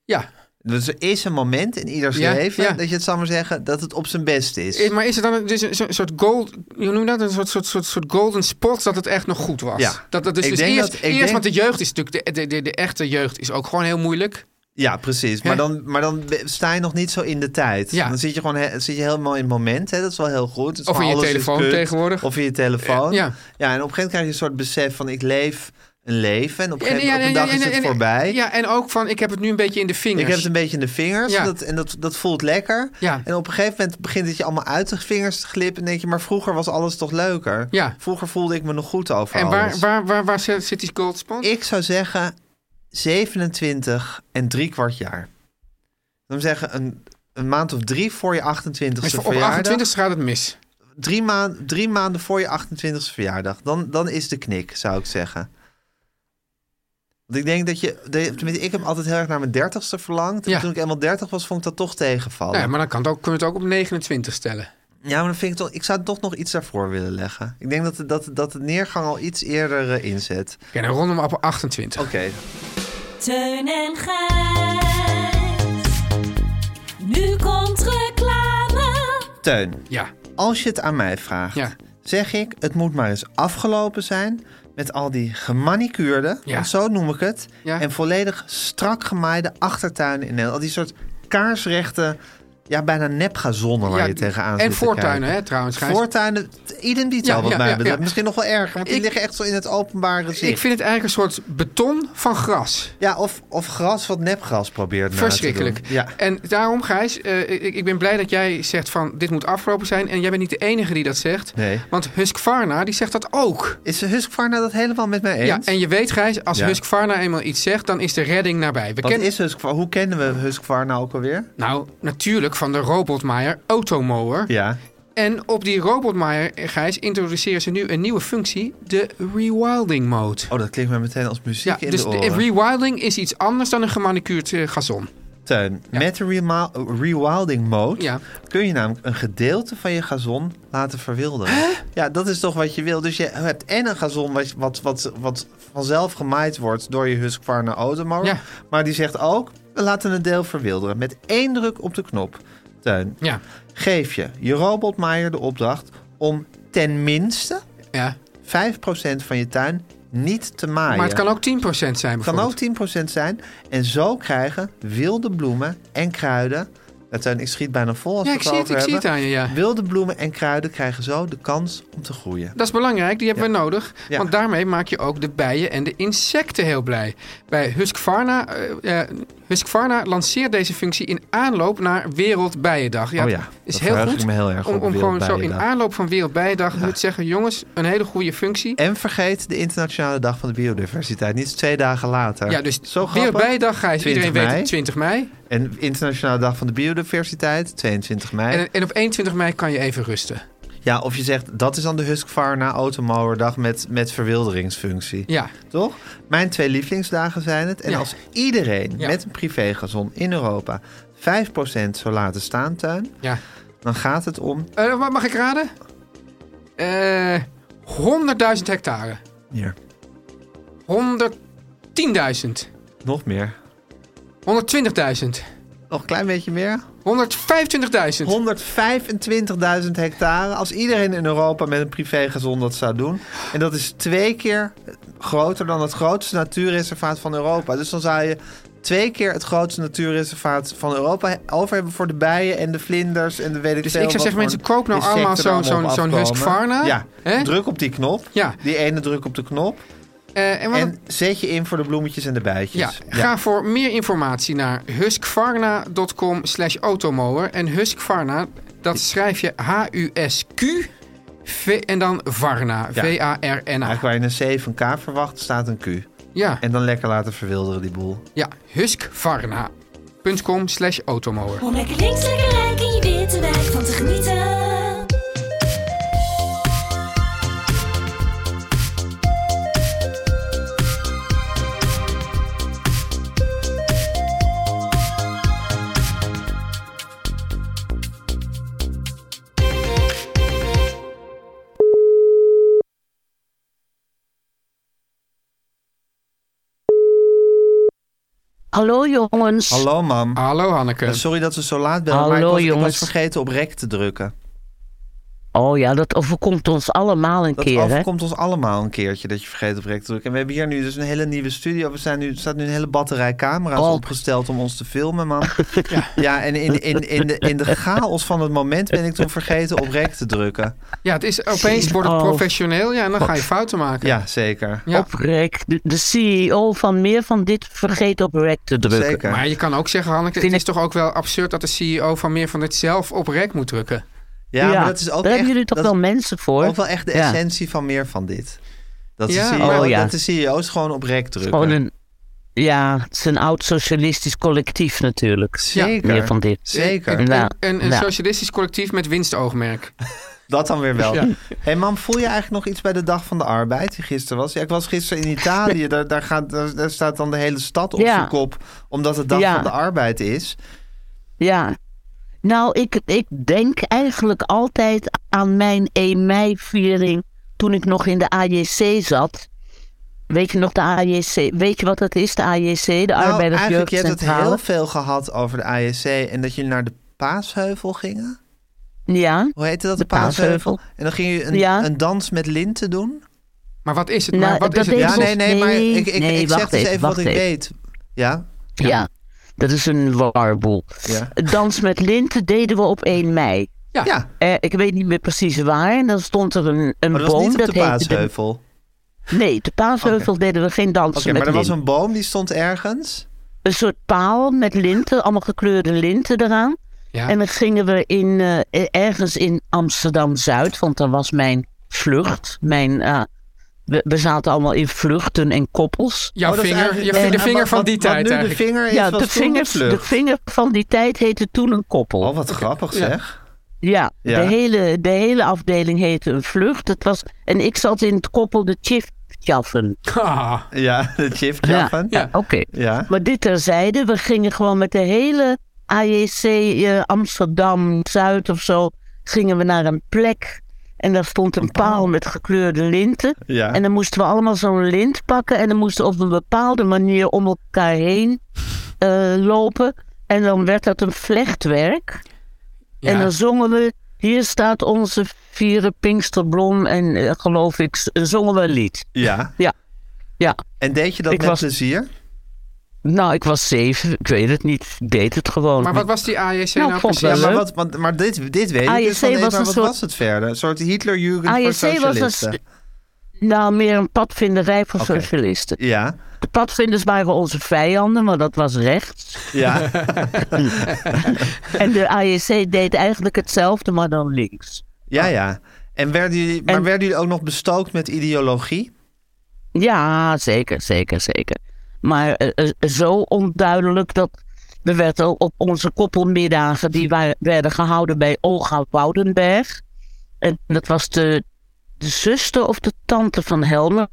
Ja. Dus er is een moment in ieders Ja, leven ja. dat je het zou maar zeggen dat het op zijn best is. Eh, Maar is er dan een, dus een soort- soort gold... Hoe noem je dat? Een soort, soort, soort, soort golden spot dat het echt nog goed was. Ja. Dat, dat dus, Ik dus denk eerst, dat- ik eerst denk- want de jeugd is natuurlijk... De, de, de, de echte jeugd is ook gewoon heel moeilijk. Ja, precies. Maar Hè? dan, maar dan be- sta je nog niet zo in de tijd. Ja. Dan zit je gewoon he- zit je helemaal in het moment. Hè? Dat is wel heel goed. Het is Of in gewoon je alles is telefoon kut. tegenwoordig. Of in je telefoon. Ja. ja, en op een gegeven moment krijg je een soort besef van ik leef een leven. En op een, En- gegeven, ja, op een en- dag en- is het en- voorbij. Ja, en ook van, ik heb het nu een beetje in de vingers. Ik heb het een beetje in de vingers Ja. dat, en dat, dat voelt lekker. Ja. En op een gegeven moment begint het je allemaal uit de vingers te glippen. En denk je, maar vroeger was alles toch leuker? Ja. Vroeger voelde ik me nog goed over en alles. waar, waar, waar, waar zit zit die gold spot? Ik zou zeggen 27 en drie kwart jaar. Dan zeggen een, een maand of drie voor je 28ste Dus op verjaardag. 28 gaat het mis. Drie, maan- drie maanden voor je 28ste verjaardag. Dan, dan is de knik, zou ik zeggen. Want ik denk dat je... de- tenminste, ik heb altijd heel erg naar mijn 30ste verlangd. Ja. En toen ik eenmaal 30 was, vond ik dat toch tegenvallen. Nou ja, maar dan kan het ook, kunnen we het ook op 29 stellen. Ja, maar dan vind ik toch, ik zou toch nog iets daarvoor willen leggen. Ik denk dat, het- dat, dat de neergang al iets eerder eh, inzet. Oké, dan ronden we op 28. Oké. Teun en Gijs. Nu komt reclame. Teun, Ja, als je het aan mij vraagt, Ja. zeg ik: het moet maar eens afgelopen zijn met al die gemanicuurde, Ja. want zo noem ik het, Ja. en volledig strak gemaaide achtertuinen in Nederland. Al die soort kaarsrechte, ja, bijna nepgazonnen waar Ja, je tegenaan zit. en te voortuinen, kijken. hè, trouwens. Gijs. Voortuinen, idem detail Ja, wat ja, mij ja, betreft. ja. Misschien nog wel erger, want die Ik- liggen echt zo in het openbare zicht. ik vind het eigenlijk een soort beton van gras. Ja, of, of gras wat nepgras probeert na te Verschrikkelijk. doen. Ja. En daarom, Gijs, eh, ik, ik ben blij dat jij zegt van dit moet afgelopen zijn. En jij bent niet de enige die dat zegt. Nee. Want Husqvarna, die zegt dat ook. Is Husqvarna dat helemaal met mij eens? Ja, en je weet, Gijs, als Ja. Husqvarna eenmaal iets zegt, dan is de redding nabij. We Wat kennen, is Husqvarna? Hoe kennen we Husqvarna ook alweer? Nou, natuurlijk van de robotmaaier Automower. Ja. En op die robotmaaier, eh, Gijs, introduceren ze nu een nieuwe functie, de rewilding mode. Oh, dat klinkt mij meteen als muziek Ja, in dus de de- oren. rewilding is iets anders dan een gemanicuurd eh, gazon. Teun, met de rema- rewilding mode Ja. kun je namelijk een gedeelte van je gazon laten verwilderen. Ja, dat is toch wat je wil. Dus je hebt en een gazon wat, wat, wat, wat vanzelf gemaaid wordt door je Husqvarna Automower. Ja. Maar die zegt ook, we laten een deel verwilderen met één druk op de knop. Teun, Ja, geef je je robotmaaier de opdracht om tenminste ja. 5% van je tuin niet te maaien. maar het kan ook 10% zijn Ah, kan bijvoorbeeld. ook 10% zijn. En zo krijgen wilde bloemen en kruiden Ja, Teun, ik schiet bijna vol als Ja, we ik het zie het, over ik zie het hebben. aan je, ja. Wilde bloemen en kruiden krijgen zo de kans om te groeien. Dat is belangrijk, die hebben Ja. we nodig. Ja. Want daarmee maak je ook de bijen en de insecten heel blij. Bij Husqvarna, eh, eh, Husqvarna lanceert deze functie in aanloop naar Wereldbijendag. Oh ja, is dat heel verheug goed ik me heel erg om, op, om gewoon zo in Wereldbijendag. aanloop van Wereldbijendag nu te zeggen... jongens, een hele goede functie. En vergeet de Internationale Dag van de Biodiversiteit. Niet twee dagen later. Ja, dus zo grappig. Wereldbijendag, Gijs, 20 iedereen weet mei. het, 20 mei. En Internationale Dag van de Biodiversiteit, 22 mei. En, en op 21 mei kan je even rusten. Ja, of je zegt dat is dan de Husqvarna Automowerdag met, met verwilderingsfunctie. Ja, Toch? Mijn twee lievelingsdagen zijn het. En Ja. als iedereen Ja. met een privégazon in Europa 5% zou laten staan, tuin, ja. dan gaat het om. Eh, wat mag ik raden? Eh 100.000 hectare. Hier, 110.000. nog meer. 120.000. Nog een klein beetje meer. 125.000. 125.000 hectare. Als iedereen in Europa met een privégezond dat zou doen. En dat is twee keer groter dan het grootste natuurreservaat van Europa. Dus dan zou je twee keer het grootste natuurreservaat van Europa over hebben voor de bijen en de vlinders en de weet ik Dus veel ik zou wat zeggen, voor mensen, koop nou insecten allemaal zo'n- er allemaal zo'n- op zo'n afkomen. Husqvarna. Ja, Hè? druk op die knop. Ja. Die ene druk op de knop. Eh, en wat En dus, zet je in voor de bloemetjes en de bijtjes. ja, ga voor meer informatie naar husqvarna.com slash automower. En Husqvarna, dat schrijf je H-U-S-Q v- en dan Varna. Ja. V-A-R-N-A. Eigenlijk waar je een C van K verwacht, staat een Q. Ja, En dan lekker laten verwilderen die boel. ja husqvarna.com slash automower. Om lekker links, lekker rijk in je witte wijk van te genieten. Hallo jongens. Hallo mam. Hallo Hanneke. Eh, Sorry dat we zo laat bellen, maar ik Hallo, was, ik was jongens. vergeten op rek te drukken. Oh ja, dat overkomt ons allemaal een Dat keer, hè? overkomt ons allemaal een keertje dat je vergeet op rek te drukken. En we hebben hier nu dus een hele nieuwe studio. We zijn nu, er staat nu een hele batterij camera's Klopt. opgesteld om ons te filmen, man. ja. en in, in, in, de, in de chaos van het moment ben ik toen vergeten op rek te drukken. Ja, het is opeens wordt het Oh. professioneel. Ja, en dan ga je fouten maken. Ja, zeker. Ja. Op rek. De, de CEO van meer van dit vergeet op rek te drukken. Zeker. Maar je kan ook zeggen, Hanneke, het Vind is toch ook wel absurd dat de CEO van meer van dit zelf op rek moet drukken. Ja, maar dat is ook daar echt, hebben jullie toch dat is wel mensen voor? ook wel echt de Ja. essentie van meer van dit. Dat, Ja, de CEO, oh ja. dat de CEO's gewoon op rek drukken. Gewoon een... Ja, het is een oud-socialistisch collectief natuurlijk. Zeker. Meer van dit. Zeker. Ja. Een, een Ja. socialistisch collectief met winstoogmerk. Dat dan weer wel. Ja. hey mam, voel je eigenlijk nog iets bij de Dag van de Arbeid die gisteren was? Ja, ik was gisteren in Italië. daar, daar, gaat, daar, daar staat dan de hele stad op Ja. zijn kop. Omdat het Dag Ja. Oh, van de Arbeid is. Ja. Nou, ik, ik denk eigenlijk altijd aan mijn 1 mei-viering toen ik nog in de AJC zat. Weet je nog de AJC? Weet je wat dat is, de AJC? De nou, eigenlijk, je hebt het Arbeidersjeugdcentrale? heel veel gehad over de AEC. En dat jullie naar de Paasheuvel gingen. Ja. Hoe heette dat? De Paasheuvel. En dan gingen jullie een, Ja. een dans met linten doen? Maar wat is het? Nou, maar wat is dat het? deed Ja, Ja, Volgens- nee, nee, maar nee, ik, ik, nee, ik zeg wacht dus even, even wat wacht ik even. weet. Ja? Ja. dat is een warboel. Ja. Dans met linten deden we op 1 mei. Ja. Ja. Eh, ik weet niet meer precies waar. En dan stond er een, een Maar dat was boom. niet op de heette de- Paasheuvel. Oké, Nee, de Paasheuvel deden we geen dansen met maar er was linten. een boom die stond ergens. een soort paal met linten, allemaal gekleurde linten eraan. Ja. En dan gingen we in, eh, ergens in Amsterdam-Zuid, want daar was mijn vlucht. Mijn, eh, we, we zaten allemaal in vluchten en koppels. Jouw Oh, dat is vinger, eigenlijk- je en- de en vinger wat- van die wat- tijd Wat nu de eigenlijk. vinger is, Ja, was de toen vinger, vlucht. de vinger van die tijd heette toen een koppel. Oh, wat grappig zeg. Ja, Ja. De, hele, de hele afdeling heette een vlucht. Het was, en ik zat in het koppel de Tjiftjaffen. Ah, Ja, de chipjaffen. Ja. Oké. Ja. Maar dit terzijde, we gingen gewoon met de hele AJC eh, Amsterdam Zuid of zo, gingen we naar een plek. En daar stond een paal met gekleurde linten. Ja. En dan moesten we allemaal zo'n lint pakken. En dan moesten we op een bepaalde manier om elkaar heen eh, lopen. En dan werd dat een vlechtwerk. ja. En dan zongen we, hier staat onze vieren Pinksterbron. En eh, geloof ik, z- zongen we een lied. ja. Ja, ja. En deed je dat Ik met was- plezier? Nou, ik was zeven. Ik weet het niet. Ik deed het gewoon. Maar wat was die AJC nou, nou ik vond precies? het wel maar, leuk. wat, want- maar dit, dit weet ik AJC dus van Eva, was een wat soort- was het verder? Een soort Hitlerjugend voor AJC was een, socialisten. s- nou, meer een padvinderij voor Oké. socialisten. Ja, De padvinders waren onze vijanden, maar dat was rechts. ja. en de AJC deed eigenlijk hetzelfde, maar dan links. ja, ja. En werden jullie, maar werden jullie ook nog bestookt met ideologie? Ja, zeker, zeker, zeker. Maar eh, eh, zo onduidelijk dat. We werden al op onze koppelmiddagen, die wa- werden gehouden bij Olga Woudenberg. En dat was de, de zuster of de tante van Helmer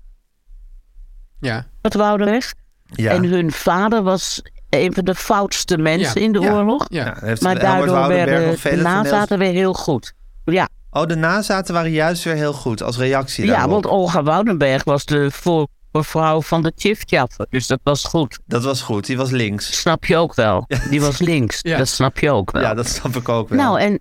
Ja. Woudenberg. Ja. En hun vader was een van de foutste mensen in de Ja. oorlog. Ja. Ja, Nou, heeft Maar Albert daardoor Woudenberg werden nog de vele nazaten weer heel goed. Ja, Oh, de nazaten waren juist weer heel goed als reactie ja daarop. want Olga Woudenberg was de voorvrouw van de Tjiftjaffe. Dus dat was goed. Dat was goed, die was links. snap je ook wel. Die was links. Ja. Dat snap je ook wel. Ja, dat snap ik ook wel. Nou, en,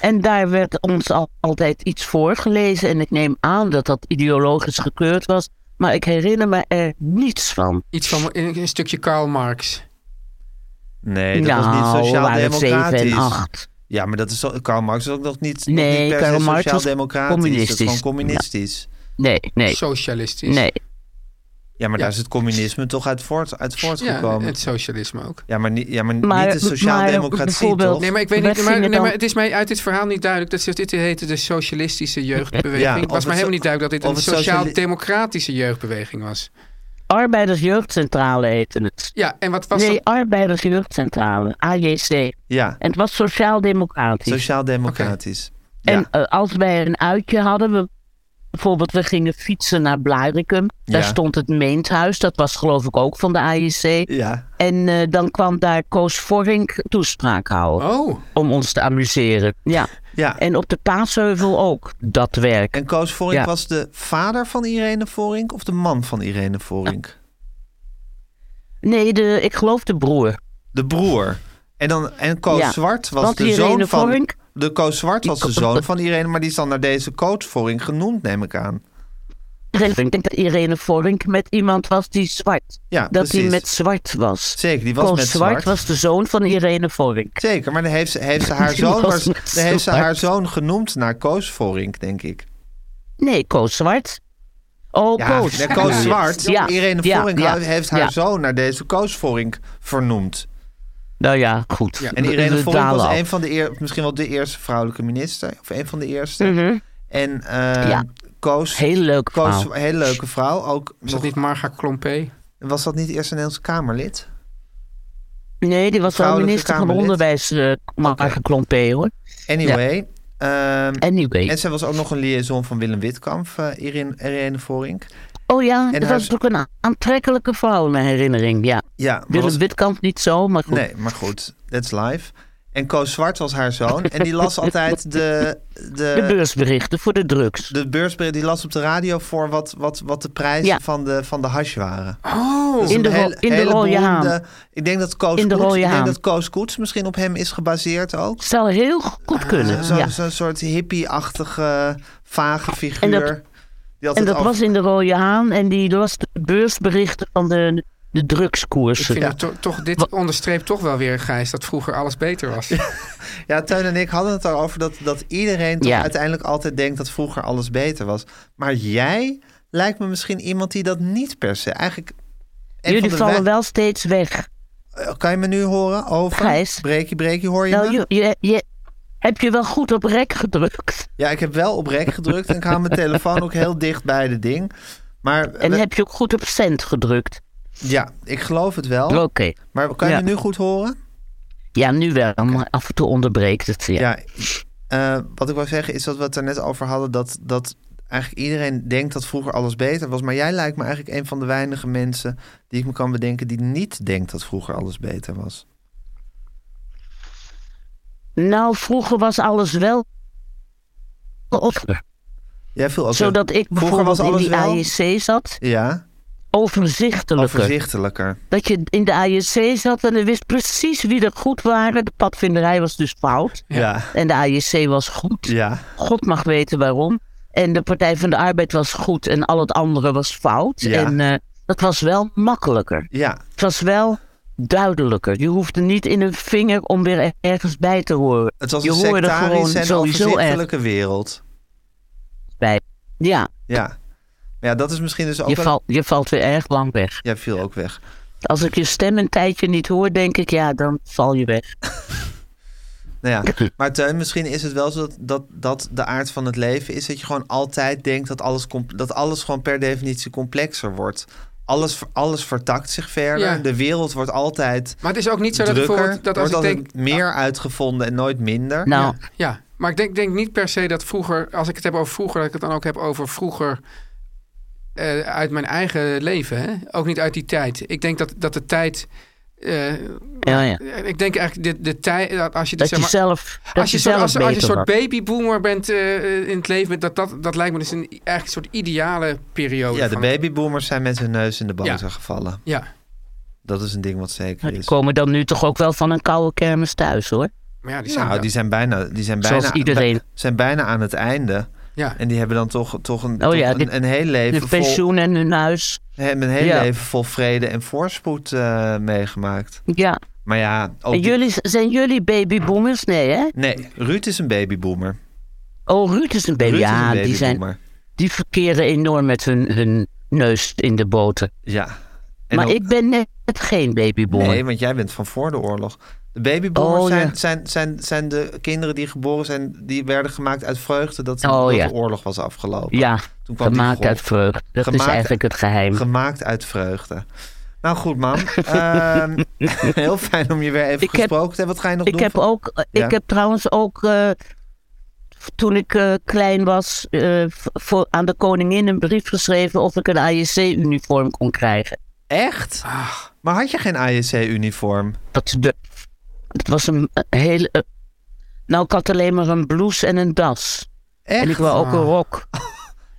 en daar werd ons al, altijd iets voorgelezen. En ik neem aan dat dat ideologisch gekeurd was. Maar ik herinner me er niets van. Iets van een, een stukje Karl Marx. nee, dat nou, was niet we waren sociaal-democratisch. zeven en acht. Ja, maar dat is zo- Karl Marx is ook nog niet, nog Nee, niet per Karl se Marx was sociaal-democratisch. Dat is communistisch. gewoon communistisch. Nee, nee, Socialistisch. nee. Ja, maar daar is het communisme toch uit, voort, uit Ja, voortgekomen. Ja, het socialisme ook. maar, niet, ja, maar, Maar- niet de maar sociaal-democratie, bijvoorbeeld- toch? Nee, maar ik weet Wat niet. Maar, ging er nee, dan- maar het is mij uit dit verhaal niet duidelijk. Dat, ze- dit heette de socialistische jeugdbeweging. Ja, het of was het mij helemaal so- niet duidelijk dat of dit een het sociali- sociaal-democratische jeugdbeweging was. Arbeidersjeugdcentrale heette het. Ja, en wat was nee, dat? Arbeidersjeugdcentrale, AJC. Ja, En het was sociaal-democratisch. sociaal-democratisch. En Ja. eh, als wij een uitje hadden, we, bijvoorbeeld we gingen fietsen naar Blarikum. Daar Ja. stond het Meenthuis, dat was geloof ik ook van de AIC. Ja, En eh, dan kwam daar Koos Vorink toespraak houden Oh, om ons te amuseren. Ja. ja. En op de Paasheuvel ook, dat werk. En Koos Vorink Ja. was de vader van Irene Vorink of de man van Irene Vorink? Nee, de, ik geloof de broer. De broer. En, dan, en Koos Ja, Zwart was want de Irene zoon van... Vorink- De Koos Zwart was de Die- zoon van Irene, maar die is dan naar deze Koos Vorink genoemd, neem ik aan. Ik denk dat Irene Vorink met iemand was die zwart. Ja, dat hij precies. met zwart was. Zeker, die was Koos met zwart. zwart was de zoon van Irene Vorink. Zeker, maar dan heeft ze, heeft ze, haar, Die zoon, was maar, met dan heeft ze zwart. haar zoon genoemd naar Koos Vorink, denk ik. Nee, Koos zwart. Oh, Ja, Koos. de Koos Ja. Zwart. Ja, Irene ja, Vorink ja, heeft haar ja. zoon naar deze Koos Vorink vernoemd. Nou ja, goed. En We- Irene we Vorink dwalen was af. een van de eer, misschien wel de eerste vrouwelijke minister. Of een van de eerste. En eh, Mhm. Ja. Koos... Heel leuk Koos, vrouw. hele leuke vrouw. Ook, was nog- dat niet Marga Klompé? was dat niet eerst een Nederlandse Kamerlid? Nee, die was wel vrouwelijke minister van Kamerlid. Onderwijs, eh maar geklompé hoor. Anyway. ehm, Anyway. en zij was ook nog een liaison van Willem Witkamp, eh, Irene, Irene Vorink. oh ja, dat haar was z- ook een aantrekkelijke vrouw in mijn herinnering. Ja. Ja, maar Willem was- Witkamp niet zo, maar goed. Nee, maar goed, that's life. En Koos Zwart was haar zoon. En die las altijd de, de, De beursberichten voor de drugs. de beursbericht. Die las op de radio voor wat, wat, wat de prijzen Ja. van, de, van de hash waren. Oh, Dus In een de ro- hele- in de hele rode haan. beroemde- Ik denk dat Koos, In de Koets, rode ik denk haan. dat Koos Koets misschien op hem is gebaseerd ook. Zou heel goed Ah, kunnen. Zo- Zo'n ja. soort hippie-achtige, vage figuur. En dat- die altijd En dat af- was in de Rode Haan en die las de beursberichten van de, de drugskoersen. ik vind het to- toch, dit onderstreept toch wel weer, Gijs, dat vroeger alles beter was. Ja, Teun en ik hadden het erover dat, dat iedereen toch Ja. uiteindelijk altijd denkt dat vroeger alles beter was. Maar jij lijkt me misschien iemand die dat niet per se. Eigenlijk. een Jullie van de vallen wij- wel steeds weg. Eh, Kan je me nu horen? Over? Gijs? Breekie, breekie, hoor je Nou, me? je, je, je- heb je wel goed op rek gedrukt. Ja, ik heb wel op rek gedrukt en ik hou mijn telefoon ook heel dicht bij de ding. Maar En we- heb je ook goed op cent gedrukt. ja, ik geloof het wel. Oké. Maar kan je Ja. me nu goed horen? Ja, nu wel, maar af en toe onderbreekt het. Ja. Ja, eh, wat ik wil zeggen is dat we het er net over hadden... Dat, dat eigenlijk iedereen denkt dat vroeger alles beter was. Maar jij lijkt me eigenlijk een van de weinige mensen... die ik me kan bedenken die niet denkt dat vroeger alles beter was. Nou, vroeger was alles wel. Over. Jij viel ook... Zodat ik vroeger bijvoorbeeld was in alles die wel... AEC zat, Ja, overzichtelijker. overzichtelijker. Dat je in de AJC zat en je wist precies wie er goed waren. De padvinderij was dus fout. Ja. En de AJC was goed. Ja. God mag weten waarom. En de Partij van de Arbeid was goed en al het andere was fout. Ja. En eh, dat was wel makkelijker. Ja, Het was wel duidelijker. Je hoefde niet in een vinger om weer ergens bij te horen. Het was je een hoorde gewoon sectarische en sowieso echt overzichtelijke wereld. bij. Ja, Ja. Maar ja, dat is misschien dus ook je, wel- valt je valt weer erg lang weg. Jij viel ook weg. Als ik je stem een tijdje niet hoor, denk ik, ja, dan val je weg. Nou ja, maar Teun, misschien is het wel zo dat, dat, dat de aard van het leven is dat je gewoon altijd denkt dat alles, com- dat alles gewoon per definitie complexer wordt. Alles, ver- alles vertakt zich verder. Ja. De wereld wordt altijd. Maar het is ook niet zo dat drukker, bijvoorbeeld- dat als wordt ik Ah, altijd meer uitgevonden en nooit minder. Nou, Ja, maar ik denk, denk niet per se dat vroeger, als ik het heb over vroeger, dat ik het dan ook heb over vroeger eh, uit mijn eigen leven. Hè? Ook niet uit die tijd. Ik denk dat, dat de tijd. eh, Ja, ja. Ik denk eigenlijk de, de tijd. dat Als je, Dat zeg je maar- zelf, dat als je, je soort- zelf als, als je een beter soort wordt. babyboomer bent eh, in het leven, dat, dat, dat lijkt me dus een, eigenlijk een soort ideale periode. Ja, de van- babyboomers zijn met hun neus in de boter Ja. gevallen. Ja, Dat is een ding wat zeker Die is. komen dan nu toch ook wel van een koude kermis thuis, hoor. maar ja, die zijn. Nou, die zijn bijna, die zijn bijna, Zoals iedereen. bij- zijn bijna aan het einde. ja. En die hebben dan toch, toch, een, Oh toch ja, een, dit- een heel leven Hun vol- pensioen en hun huis. hebben een hele Ja. leven vol vrede en voorspoed eh, meegemaakt. Ja. Maar ja, ook En die- jullie, zijn jullie babyboomers? Nee, hè? nee, Ruud is een babyboomer. Oh, Ruud is een baby. Ruud is ja, een die, zijn, babyboomer. die verkeren enorm met hun, hun neus in de boter. Ja. En maar ook- ik ben net geen babyboomer. Nee, want jij bent van voor de oorlog. De babyboomers Oh, ja. zijn, zijn, zijn, zijn de kinderen die geboren zijn, die werden gemaakt uit vreugde dat, Oh, dat ja. de oorlog was afgelopen. ja, Toen kwam die gemaakt golf. uit vreugde. Dat Gemaakt- is eigenlijk het geheim. Gemaakt uit vreugde. Nou goed, man. Ehm, heel fijn om je weer even Ik heb- gesproken te hebben. Wat ga je nog ik doen? heb van- ook, Ja. ik heb trouwens ook, eh, toen ik eh, klein was, eh, v- voor, aan de koningin een brief geschreven of ik een AJC-uniform kon krijgen. Echt? Maar had je geen AJC-uniform? Dat de, het was een eh, hele, eh, nou ik had alleen maar een blouse en een das. Echt? Oh, En ik wou ook een rok.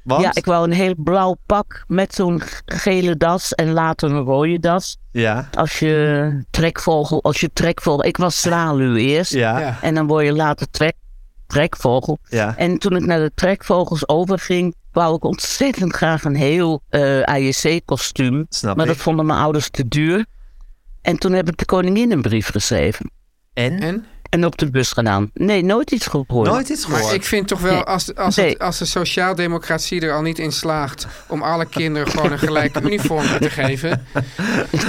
Want? Ja, ik wou een heel blauw pak met zo'n g- gele das en later een rode das. Ja. Als je trekvogel, als je trekvogel, ik was zwaluw eerst. Ja. Ja. En dan word je later trek, trekvogel. Ja. En toen ik naar de trekvogels overging, wou ik ontzettend graag een heel eh AJC-kostuum. Snap Maar ik. dat vonden mijn ouders Dus te duur. En toen heb ik de koningin een brief geschreven. En? En? En op de bus gedaan. Nee, nooit iets gehoord. Nooit iets gehoord. Maar ik vind toch wel, Nee. als, als, Nee. het- als de sociaaldemocratie er al niet in slaagt om alle kinderen gewoon een gelijk uniform te geven.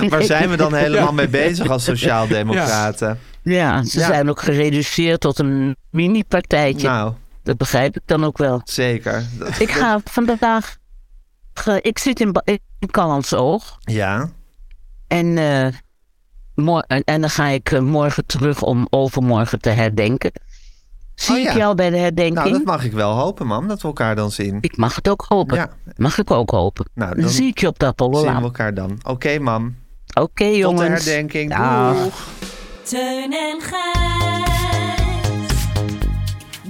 Waar zijn we dan helemaal mee bezig als sociaaldemocraten? Ja, ze Ja. zijn ook gereduceerd tot een mini-partijtje. Nou, Dat begrijp ik dan ook wel. zeker. Dat- Ik ga vandaag... ge- Ik zit in, Ba- in Callantsoog. Ja, En, eh, mor- en, en dan ga ik eh, morgen terug om overmorgen te herdenken. Zie Oh, ja. ik jou bij de herdenking? nou dat mag ik wel hopen, man. Dat we elkaar dan zien. Ik mag het ook hopen. Ja. Mag ik ook hopen. Nou, dan dan zie ik je op dat Zien we Polderlaan. elkaar dan. Oké, mam. Oké Tot de jongens. herdenking. Dag. Doeg. Teun en Gijs.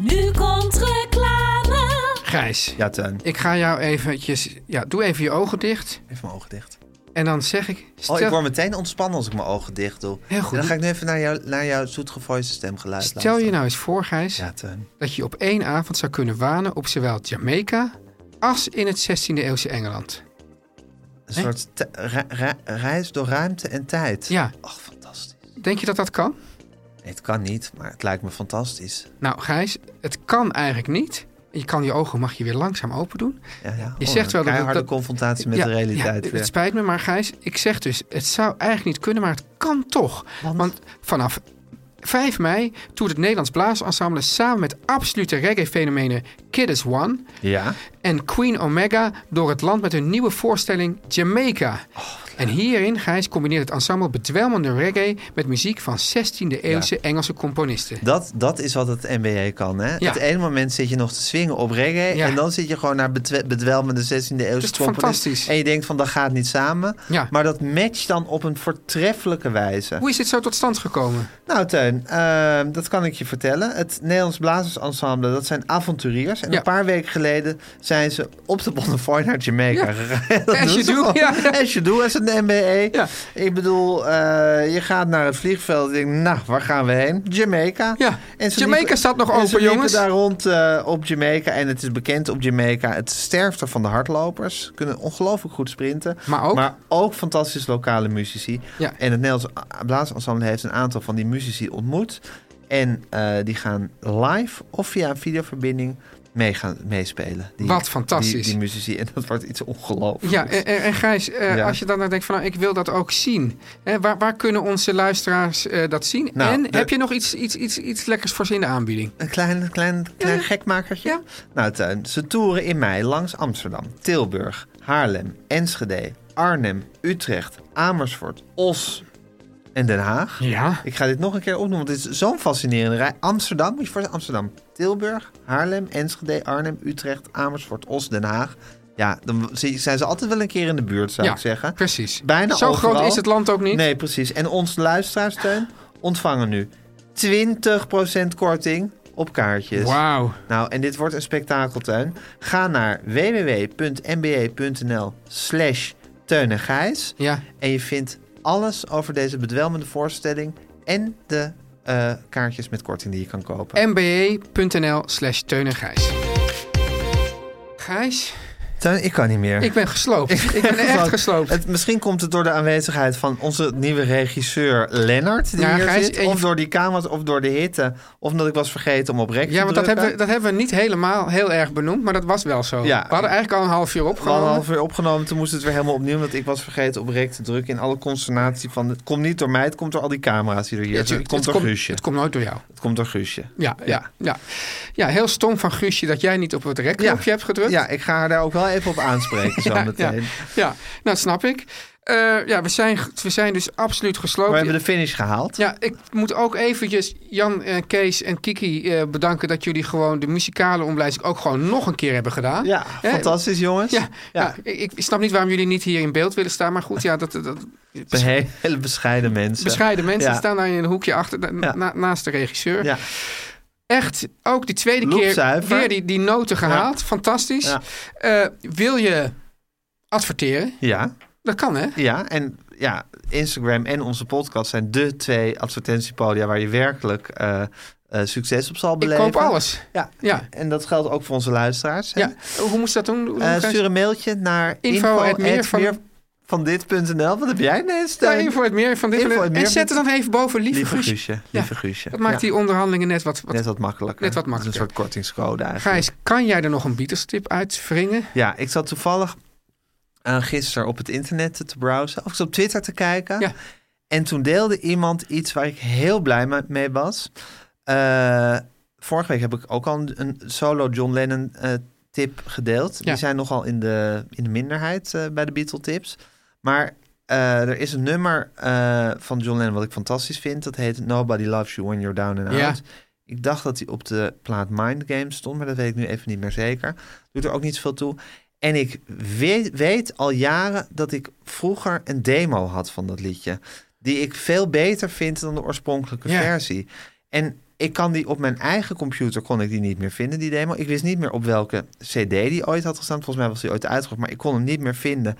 Nu komt reclame. Gijs, Ja, Teun. ik ga jou eventjes... Ja, doe even je ogen dicht. Even mijn ogen dicht. En dan zeg ik... Stel, Oh, ik word meteen ontspannen als ik mijn ogen dicht doe. Heel goed. En dan ga ik nu even naar, jou, naar jouw zoetgevoiste stemgeluid stel je luisteren. nou eens voor, Gijs, Ja, Teun. dat je op één avond zou kunnen wanen op zowel Jamaica als in het 16e eeuwse Engeland. Een soort te- re- re- reis door ruimte en tijd. Ja, Ach, fantastisch. denk je dat dat kan? Nee, het kan niet, maar het lijkt me fantastisch. Nou, Gijs, het kan eigenlijk niet. Je kan je ogen, mag je weer langzaam open doen. Ja, ja. Je Oh, zegt wel een dat- keiharde dat- confrontatie met Ja, de realiteit. ja, weer. het spijt me, maar Gijs, ik zeg dus, het zou eigenlijk niet kunnen, maar het kan toch. Want, vanaf 5 mei toert het Nederlands Blaasensemble samen met absolute reggae-fenomenen Kid is One ja. en Queen Omega door het land met hun nieuwe voorstelling Jamaica. Oh, en hierin, Gijs, combineert het ensemble bedwelmende reggae met muziek van 16e-eeuwse Engelse componisten. Dat, dat is wat het NBA kan. Hè? Ja. Het ene moment zit je nog te swingen op reggae. Ja. En dan zit je gewoon naar betwe- bedwelmende 16e eeuwse is componisten. fantastisch. En je denkt van dat gaat niet samen. Ja. Maar dat matcht dan op een voortreffelijke wijze. Hoe is dit zo tot stand gekomen? Nou, Teun, zijn, eh, dat kan ik je vertellen. Het Nederlands Blazersensemble, dat zijn avonturiers. En Ja. een paar weken geleden zijn ze op de Bonnefoy naar Jamaica Ja. gegaan. Dat As doen you ze do, gewoon. ja. As you do, as een MBE. Ja. Ik bedoel, eh, je gaat naar het vliegveld en je denkt, nou, waar gaan we heen? Jamaica. Ja. En ze Jamaica liepen- staat nog en ze open, liepen jongens. daar rond eh, op Jamaica. En het is bekend op Jamaica, het sterfte van de hardlopers. Kunnen ongelooflijk goed sprinten. Maar ook? Maar ook fantastisch lokale muzici. Ja. En het Nederlands A- Blaasensemble heeft een aantal van die muzici ontmoet. En eh, die gaan live of via een videoverbinding mee gaan, meespelen. Die, Wat fantastisch. Die, die muzici. En dat wordt iets ongelooflijks. Ja, en, en- en Gijs, eh, Ja. als je dan nou denkt van nou, ik wil dat ook zien. Hè, waar, waar kunnen onze luisteraars eh, dat zien? Nou, en de- heb je nog iets, iets, iets, iets lekkers voor ze in de aanbieding? Een klein, klein, klein gekmakertje. Ja. Nou, Tuin, ze toeren in mei langs Amsterdam, Tilburg, Haarlem, Enschede, Arnhem, Utrecht, Amersfoort, Os en Den Haag. Ja. Ik ga dit nog een keer opnoemen, want dit is zo'n fascinerende rij. Amsterdam, moet je voorstellen, Amsterdam, Tilburg, Haarlem, Enschede, Arnhem, Utrecht, Amersfoort, Os, Den Haag. Ja, dan zie- zijn ze altijd wel een keer in de buurt, zou Ja, ik zeggen. precies. Bijna Zo groot overal. is het land ook niet. Nee, precies. En onze luisteraars, Teun, ontvangen nu 20% korting op kaartjes. Wauw. Nou, en dit wordt een spektakeltuin. Ga naar e www.nba.nl slash Teun en Gijs. Ja. En je vindt alles over deze bedwelmende voorstelling en de eh, kaartjes met korting die je kan kopen. E mbe.nl slash Teun en Gijs. Gijs, Teun, ik kan niet meer. ik ben gesloopt. Ik ben echt Want gesloopt. Het, misschien komt het door de aanwezigheid van onze nieuwe regisseur Lennart. Die Ja, hier Gijs, zit, en je- of door die kamers, of door de hitte. Of omdat ik was vergeten om op rek Ja, te want dat hebben, we, drukken. dat hebben we niet helemaal heel erg benoemd, maar dat was wel zo. Ja. We hadden eigenlijk al een half uur We hadden opgenomen. een half uur opgenomen, toen moest het weer helemaal opnieuw. Want ik was vergeten op rek te drukken. In alle consternatie van, het komt niet door mij, het komt door al die camera's die er hier Ja, zitten. tuurlijk, Het komt het, door Guusje. het komt nooit door jou. Het komt door Guusje. Ja, ja. Ja, ja. heel stom van Guusje dat jij niet op het rekknopje hebt gedrukt. Ja, ik ga haar daar ook wel even op aanspreken zo Ja, ja, meteen. ja. nou, dat snap ik. Eh, ja, we zijn, we zijn dus absoluut gesloopt. We hebben de finish gehaald. Ja, ik moet ook eventjes Jan, eh, Kees en Kiki eh, bedanken dat jullie gewoon de muzikale omlijsting ook gewoon nog een keer hebben gedaan. Ja, Hè? fantastisch jongens. Ja, Ja. ja, ik, ik snap niet waarom jullie niet hier in beeld willen staan, maar goed, ja, dat, dat, dat- Be- he- Hele bescheiden mensen. bescheiden mensen Ja. staan daar in een hoekje achter, na- Ja. na- naast de regisseur. Ja. Echt, ook die tweede keer Loepzuiver. weer die, die noten gehaald. Fantastisch. Ja. Eh, wil je adverteren? ja, Dat kan, hè? ja. En ja, Instagram en onze podcast zijn de twee advertentiepodia waar je werkelijk eh, eh, succes op zal Ik beleven. koop alles. Ja. Ja. En dat geldt ook voor onze luisteraars. hè? ja. Hoe moest dat doen? Hoe Eh, krijg je- stuur een mailtje naar Info info, at meer van- van dit.nl. Wat heb jij ineens? Ja, Teun? info het meer van dit. Info eh, het meer en van- zet het dan even boven lieve, Lieve Guusje. Guusje. Ja. Lieve Guusje. Dat maakt Ja, die onderhandelingen net wat... wat... net wat makkelijker. net wat Dat is makkelijker. een soort kortingscode eigenlijk. Gijs, kan jij er nog een bieterstip uitwringen? Ja, ik zat toevallig eh, gisteren op het internet te browsen. Of ik zat op Twitter te kijken. Ja. En toen deelde iemand iets waar ik heel blij me- mee was. Eh, vorige week heb ik ook al een, een solo John Lennon eh, tip gedeeld. Ja. Die zijn nogal in de, in de minderheid eh, bij de Beatle tips. Maar eh, er is een nummer eh, van John Lennon wat ik fantastisch vind. Dat heet Nobody Loves You When You're Down and Ja. Out. Ik dacht dat hij op de plaat Mind Games stond, maar dat weet ik nu even niet meer zeker. Doet er ook niet zoveel toe. En ik weet, weet al jaren dat ik vroeger een demo had van dat liedje. Die ik veel beter vind dan de oorspronkelijke Ja. versie. En ik kan die op mijn eigen computer kon ik die niet meer vinden, die demo. Ik wist niet meer op welke CD die ooit had gestaan. Volgens mij was die ooit uitgebracht, maar ik kon hem niet meer vinden.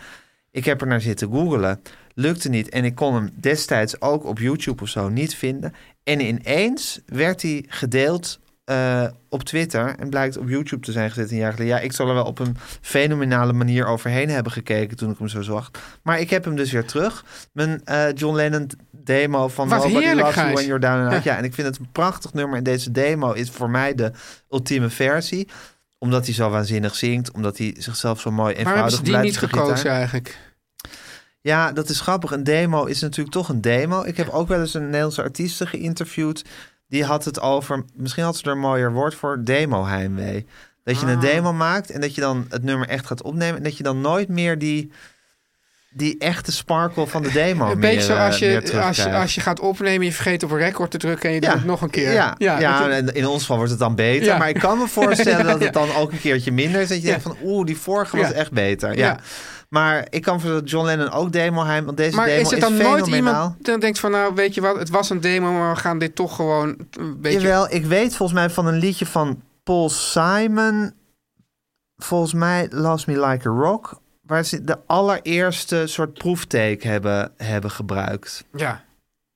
Ik heb er naar zitten googelen. Lukte niet. En ik kon hem destijds ook op YouTube of zo niet vinden. En ineens werd hij gedeeld eh, op Twitter. En blijkt op YouTube te zijn gezet een jaar geleden. Ja, ik zal er wel op een fenomenale manier overheen hebben gekeken toen ik hem zo zag. Maar ik heb hem dus weer terug. Mijn eh, John Lennon demo van Wat Nobody heerlijk, Loves You Gijs. When You're Down and Out. Ja. Ja, en ik vind het een prachtig nummer. En deze demo is voor mij de ultieme versie omdat hij zo waanzinnig zingt, omdat hij zichzelf zo mooi Waarom hebben eenvoudig ze die niet begeleidt met de gitaar. gekozen eigenlijk? Ja, dat is grappig. Een demo is natuurlijk toch een demo. Ik heb ook wel eens een Nederlandse artieste geïnterviewd. Die had het over, misschien had ze er een mooier woord voor, demo-heimwee. Ah. Dat je een demo maakt en dat je dan het nummer echt gaat opnemen. En dat je dan nooit meer die, die echte sparkle van de demo Een meer, beetje zoals eh, je, meer als, je, als, je, terugkrijgt. gaat opnemen, je vergeet op een record te drukken en je doet het nog een keer. Ja, ja, dat- en in ons geval wordt het dan beter. Ja. Maar ik kan me voorstellen dat het Ja. dan ook een keertje minder is. Dat je denkt van, oeh, die vorige was Ja. echt beter. Ja. Ja. Maar ik kan voor John Lennon ook demo heim, want deze maar demo is is er dan nooit fenomenaal. iemand die denkt van, nou weet je wat, het was een demo, maar we gaan dit toch gewoon een beetje... Jawel, ik weet volgens mij van een liedje van Paul Simon. Volgens mij Loves Me Like a Rock. Waar ze de allereerste soort proeftake hebben, hebben gebruikt. Ja,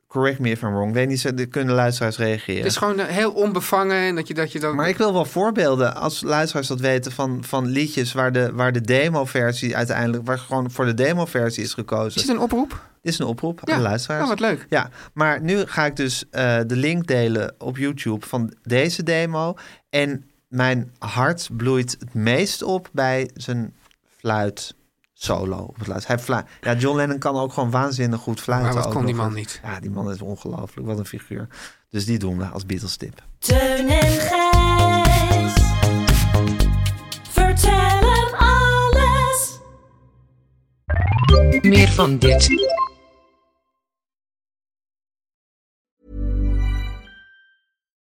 Correct me if I'm wrong. Ik weet niet, ze er kunnen luisteraars reageren. het is gewoon eh, heel onbevangen en dat je, dat je dan... Maar ik wil wel voorbeelden, als luisteraars dat weten, van, van liedjes waar de, waar de demo-versie uiteindelijk, waar gewoon voor de demo-versie is gekozen. Is het een oproep? Dit is een oproep Ja. aan de luisteraars. Oh, wat leuk. Ja, maar nu ga ik dus eh, de link delen op YouTube van deze demo. En mijn hart bloeit het meest op bij zijn fluit solo. Op het laatst. Hij fluit. Ja, John Lennon kan ook gewoon waanzinnig goed fluiten. Maar wat ook kon die nog. man niet. Ja, die man is ongelooflijk. Wat een figuur. Dus die doen we als Beatles-tip. Teun en Gijs. Vertel hem alles. Meer van dit.